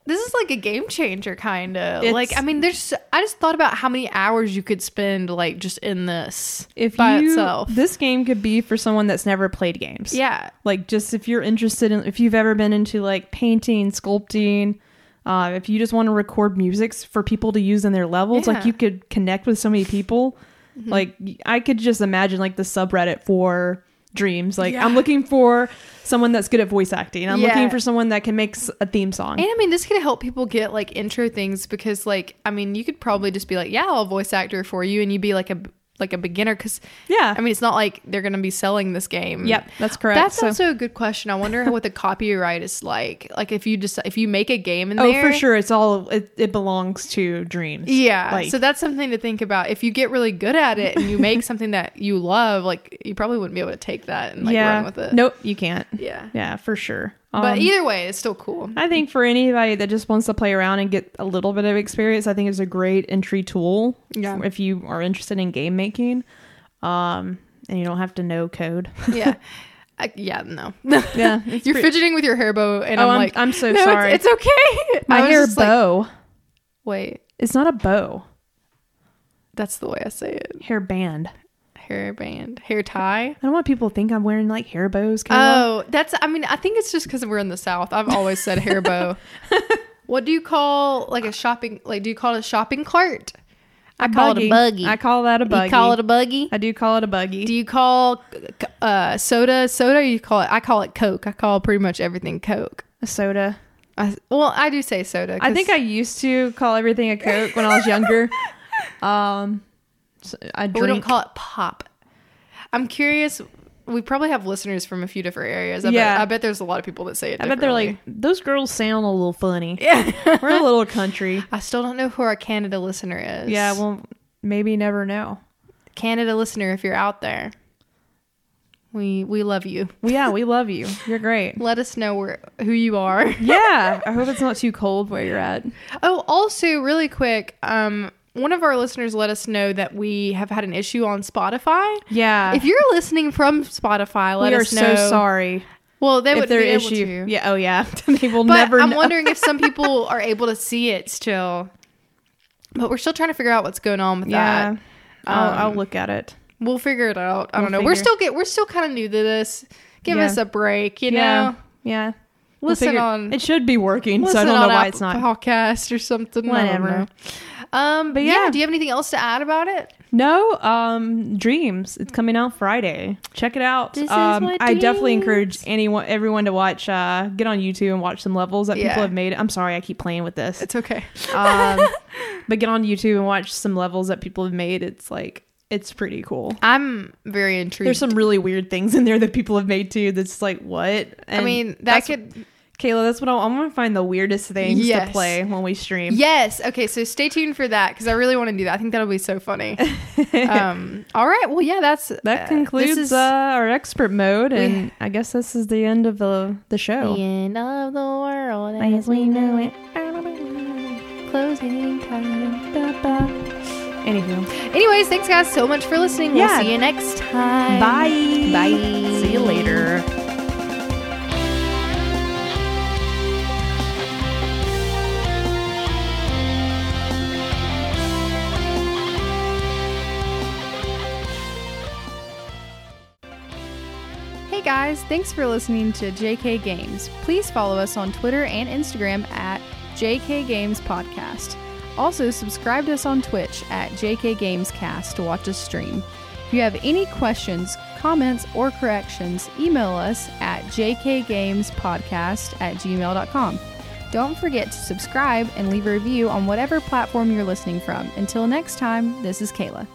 [SPEAKER 2] This is like a game changer, kind of.
[SPEAKER 1] It's-
[SPEAKER 2] Like, I mean, there's. I just thought about how many hours you could spend, like, just in this
[SPEAKER 1] if
[SPEAKER 2] by
[SPEAKER 1] you,
[SPEAKER 2] itself.
[SPEAKER 1] this game could be for someone that's never played games.
[SPEAKER 2] yeah,
[SPEAKER 1] like just if you're interested in if you've ever been into like painting sculpting uh, if you just want to record musics for people to use in their levels
[SPEAKER 2] Yeah. Mm-hmm.
[SPEAKER 1] like you could connect with so many people like i could just imagine like the subreddit for dreams like i'm
[SPEAKER 2] Yeah.
[SPEAKER 1] looking for someone that's good at voice acting i'm
[SPEAKER 2] Yeah.
[SPEAKER 1] looking for someone that can make s- a theme song
[SPEAKER 2] And I mean, this could help people get like intro things because, like, I mean, you could probably just be like, "Yeah, I'll voice actor for you," and you'd be like a like a beginner because,
[SPEAKER 1] yeah
[SPEAKER 2] I mean, it's not like they're gonna be selling this game.
[SPEAKER 1] yep that's correct
[SPEAKER 2] That's
[SPEAKER 1] So-
[SPEAKER 2] also a good question. I wonder what the copyright is like. Like, if you just if you make a game in
[SPEAKER 1] oh
[SPEAKER 2] there,
[SPEAKER 1] for sure it's all it, it belongs to dreams
[SPEAKER 2] yeah.
[SPEAKER 1] like,
[SPEAKER 2] so that's something to think about. If you get really good at
[SPEAKER 1] (laughs)
[SPEAKER 2] it and you make something that you love, like you probably wouldn't be able to take that and like
[SPEAKER 1] yeah
[SPEAKER 2] run with it.
[SPEAKER 1] nope you can't
[SPEAKER 2] Yeah.
[SPEAKER 1] yeah for sure
[SPEAKER 2] But
[SPEAKER 1] Um,
[SPEAKER 2] either way, it's still cool.
[SPEAKER 1] I think for anybody that just wants to play around and get a little bit of experience, I think it's a great entry tool.
[SPEAKER 2] Yeah.
[SPEAKER 1] If you are interested in game making, um, and you don't have to know code. (laughs)
[SPEAKER 2] yeah. I, (laughs) yeah. No. (laughs)
[SPEAKER 1] Yeah.
[SPEAKER 2] You're fidgeting with your hair bow, and
[SPEAKER 1] Oh,
[SPEAKER 2] I'm,
[SPEAKER 1] I'm-
[SPEAKER 2] like,
[SPEAKER 1] I'm so
[SPEAKER 2] "No, it's-
[SPEAKER 1] sorry."
[SPEAKER 2] It's, okay.
[SPEAKER 1] My
[SPEAKER 2] I was
[SPEAKER 1] hair
[SPEAKER 2] just like,
[SPEAKER 1] bow.
[SPEAKER 2] Wait,
[SPEAKER 1] it's not a bow.
[SPEAKER 2] that's the way I say it.
[SPEAKER 1] Hair band. I
[SPEAKER 2] Hair band, hair tie.
[SPEAKER 1] don't want people to think I'm wearing like hair bows. Kayla.
[SPEAKER 2] Oh, that's. I mean, I think it's just because we're in the South. I've always said
[SPEAKER 1] (laughs)
[SPEAKER 2] hair bow. what do you call like a shopping? Like, do you call it a shopping cart? I call it a buggy.
[SPEAKER 1] I call that a buggy.
[SPEAKER 2] You call it a buggy.
[SPEAKER 1] I do call it a buggy.
[SPEAKER 2] Do you call uh, soda soda? You call it. I call it Coke. I call pretty much everything Coke.
[SPEAKER 1] a soda.
[SPEAKER 2] I, well, I do say soda.
[SPEAKER 1] I
[SPEAKER 2] 'cause-
[SPEAKER 1] think I used to call everything a Coke when I was
[SPEAKER 2] (laughs)
[SPEAKER 1] younger. um, so I
[SPEAKER 2] But we don't
[SPEAKER 1] drink.
[SPEAKER 2] call it pop. I'm curious. We probably have listeners from a few different areas. I, bet,
[SPEAKER 1] Yeah.
[SPEAKER 2] I bet there's a lot of people that say it.
[SPEAKER 1] I bet they're like,
[SPEAKER 2] differently.
[SPEAKER 1] those girls sound a little funny.
[SPEAKER 2] yeah.
[SPEAKER 1] We're a little (laughs) country.
[SPEAKER 2] I still don't know who our Canada listener is.
[SPEAKER 1] Yeah, well, maybe never know.
[SPEAKER 2] Canada listener, if you're out there, we we love you.
[SPEAKER 1] Well, yeah, we love you. You're great.
[SPEAKER 2] Let us know where who you are.
[SPEAKER 1] (laughs)
[SPEAKER 2] (laughs)
[SPEAKER 1] Yeah, I hope it's not too cold where you're at.
[SPEAKER 2] Oh, also, really quick, um, one of our listeners let us know that we have had an issue on Spotify.
[SPEAKER 1] Yeah,
[SPEAKER 2] If you're listening from Spotify, let
[SPEAKER 1] we are
[SPEAKER 2] us know.
[SPEAKER 1] so sorry
[SPEAKER 2] Well, they
[SPEAKER 1] if
[SPEAKER 2] would
[SPEAKER 1] their
[SPEAKER 2] be able
[SPEAKER 1] issue.
[SPEAKER 2] to.
[SPEAKER 1] Yeah, oh yeah, (laughs) they will
[SPEAKER 2] But
[SPEAKER 1] never.
[SPEAKER 2] I'm
[SPEAKER 1] know.
[SPEAKER 2] wondering if
[SPEAKER 1] (laughs)
[SPEAKER 2] some people are able to see it still. But we're still trying to figure out what's going on with
[SPEAKER 1] Yeah,
[SPEAKER 2] that. Um,
[SPEAKER 1] I'll, I'll look at it.
[SPEAKER 2] We'll figure it out. I
[SPEAKER 1] We'll
[SPEAKER 2] don't know. We're
[SPEAKER 1] figure-
[SPEAKER 2] still get we're still kind of new to this. Give
[SPEAKER 1] Yeah.
[SPEAKER 2] us a break, you
[SPEAKER 1] yeah,
[SPEAKER 2] know.
[SPEAKER 1] yeah. We'll
[SPEAKER 2] Listen
[SPEAKER 1] figure-
[SPEAKER 2] on
[SPEAKER 1] It should be working, so I
[SPEAKER 2] listen
[SPEAKER 1] don't know
[SPEAKER 2] on
[SPEAKER 1] why
[SPEAKER 2] Apple
[SPEAKER 1] it's not.
[SPEAKER 2] podcast or something. I don't
[SPEAKER 1] Whatever.
[SPEAKER 2] know. Um, but yeah.
[SPEAKER 1] yeah.
[SPEAKER 2] do you have anything else to add about it?
[SPEAKER 1] No, um, Dreams. It's coming out Friday. Check it out.
[SPEAKER 2] This is
[SPEAKER 1] um,
[SPEAKER 2] what
[SPEAKER 1] I definitely
[SPEAKER 2] dreams-
[SPEAKER 1] encourage anyone, everyone to watch. Uh, get on YouTube and watch some levels that
[SPEAKER 2] Yeah.
[SPEAKER 1] people have made. I'm sorry, I keep playing with this.
[SPEAKER 2] It's okay.
[SPEAKER 1] um,
[SPEAKER 2] (laughs)
[SPEAKER 1] but get on YouTube and watch some levels that people have made. It's like it's pretty cool.
[SPEAKER 2] I'm very intrigued.
[SPEAKER 1] There's some really weird things in there that people have made too. That's like what?
[SPEAKER 2] I
[SPEAKER 1] And
[SPEAKER 2] mean, that
[SPEAKER 1] that's-
[SPEAKER 2] could
[SPEAKER 1] Kayla, that's what I, am going to find the weirdest things
[SPEAKER 2] Yes.
[SPEAKER 1] to play when we stream.
[SPEAKER 2] Yes. Okay. So stay tuned for that because I really want to do that. I think that'll be so
[SPEAKER 1] (laughs)
[SPEAKER 2] funny. um, all right. Well, yeah. That's
[SPEAKER 1] That concludes uh, our expert mode, and I guess this is the end of the the show.
[SPEAKER 2] end of the world
[SPEAKER 1] As we know it.
[SPEAKER 2] Closing time.
[SPEAKER 1] Anywho,
[SPEAKER 2] Anyways, thanks guys so much for listening.
[SPEAKER 1] Yeah.
[SPEAKER 2] We'll see you next time.
[SPEAKER 1] bye.
[SPEAKER 2] Bye.
[SPEAKER 1] See you later.
[SPEAKER 2] Hey guys, thanks for listening to JK Games. Please follow us on Twitter and Instagram at JK Games Podcast. Also, subscribe to us on Twitch at JK Games Cast to watch us stream. If you have any questions, comments, or corrections, email us at jkgamespodcast at gmail.com. Don't forget to subscribe and leave a review on whatever platform you're listening from. Until next time, this is Kayla.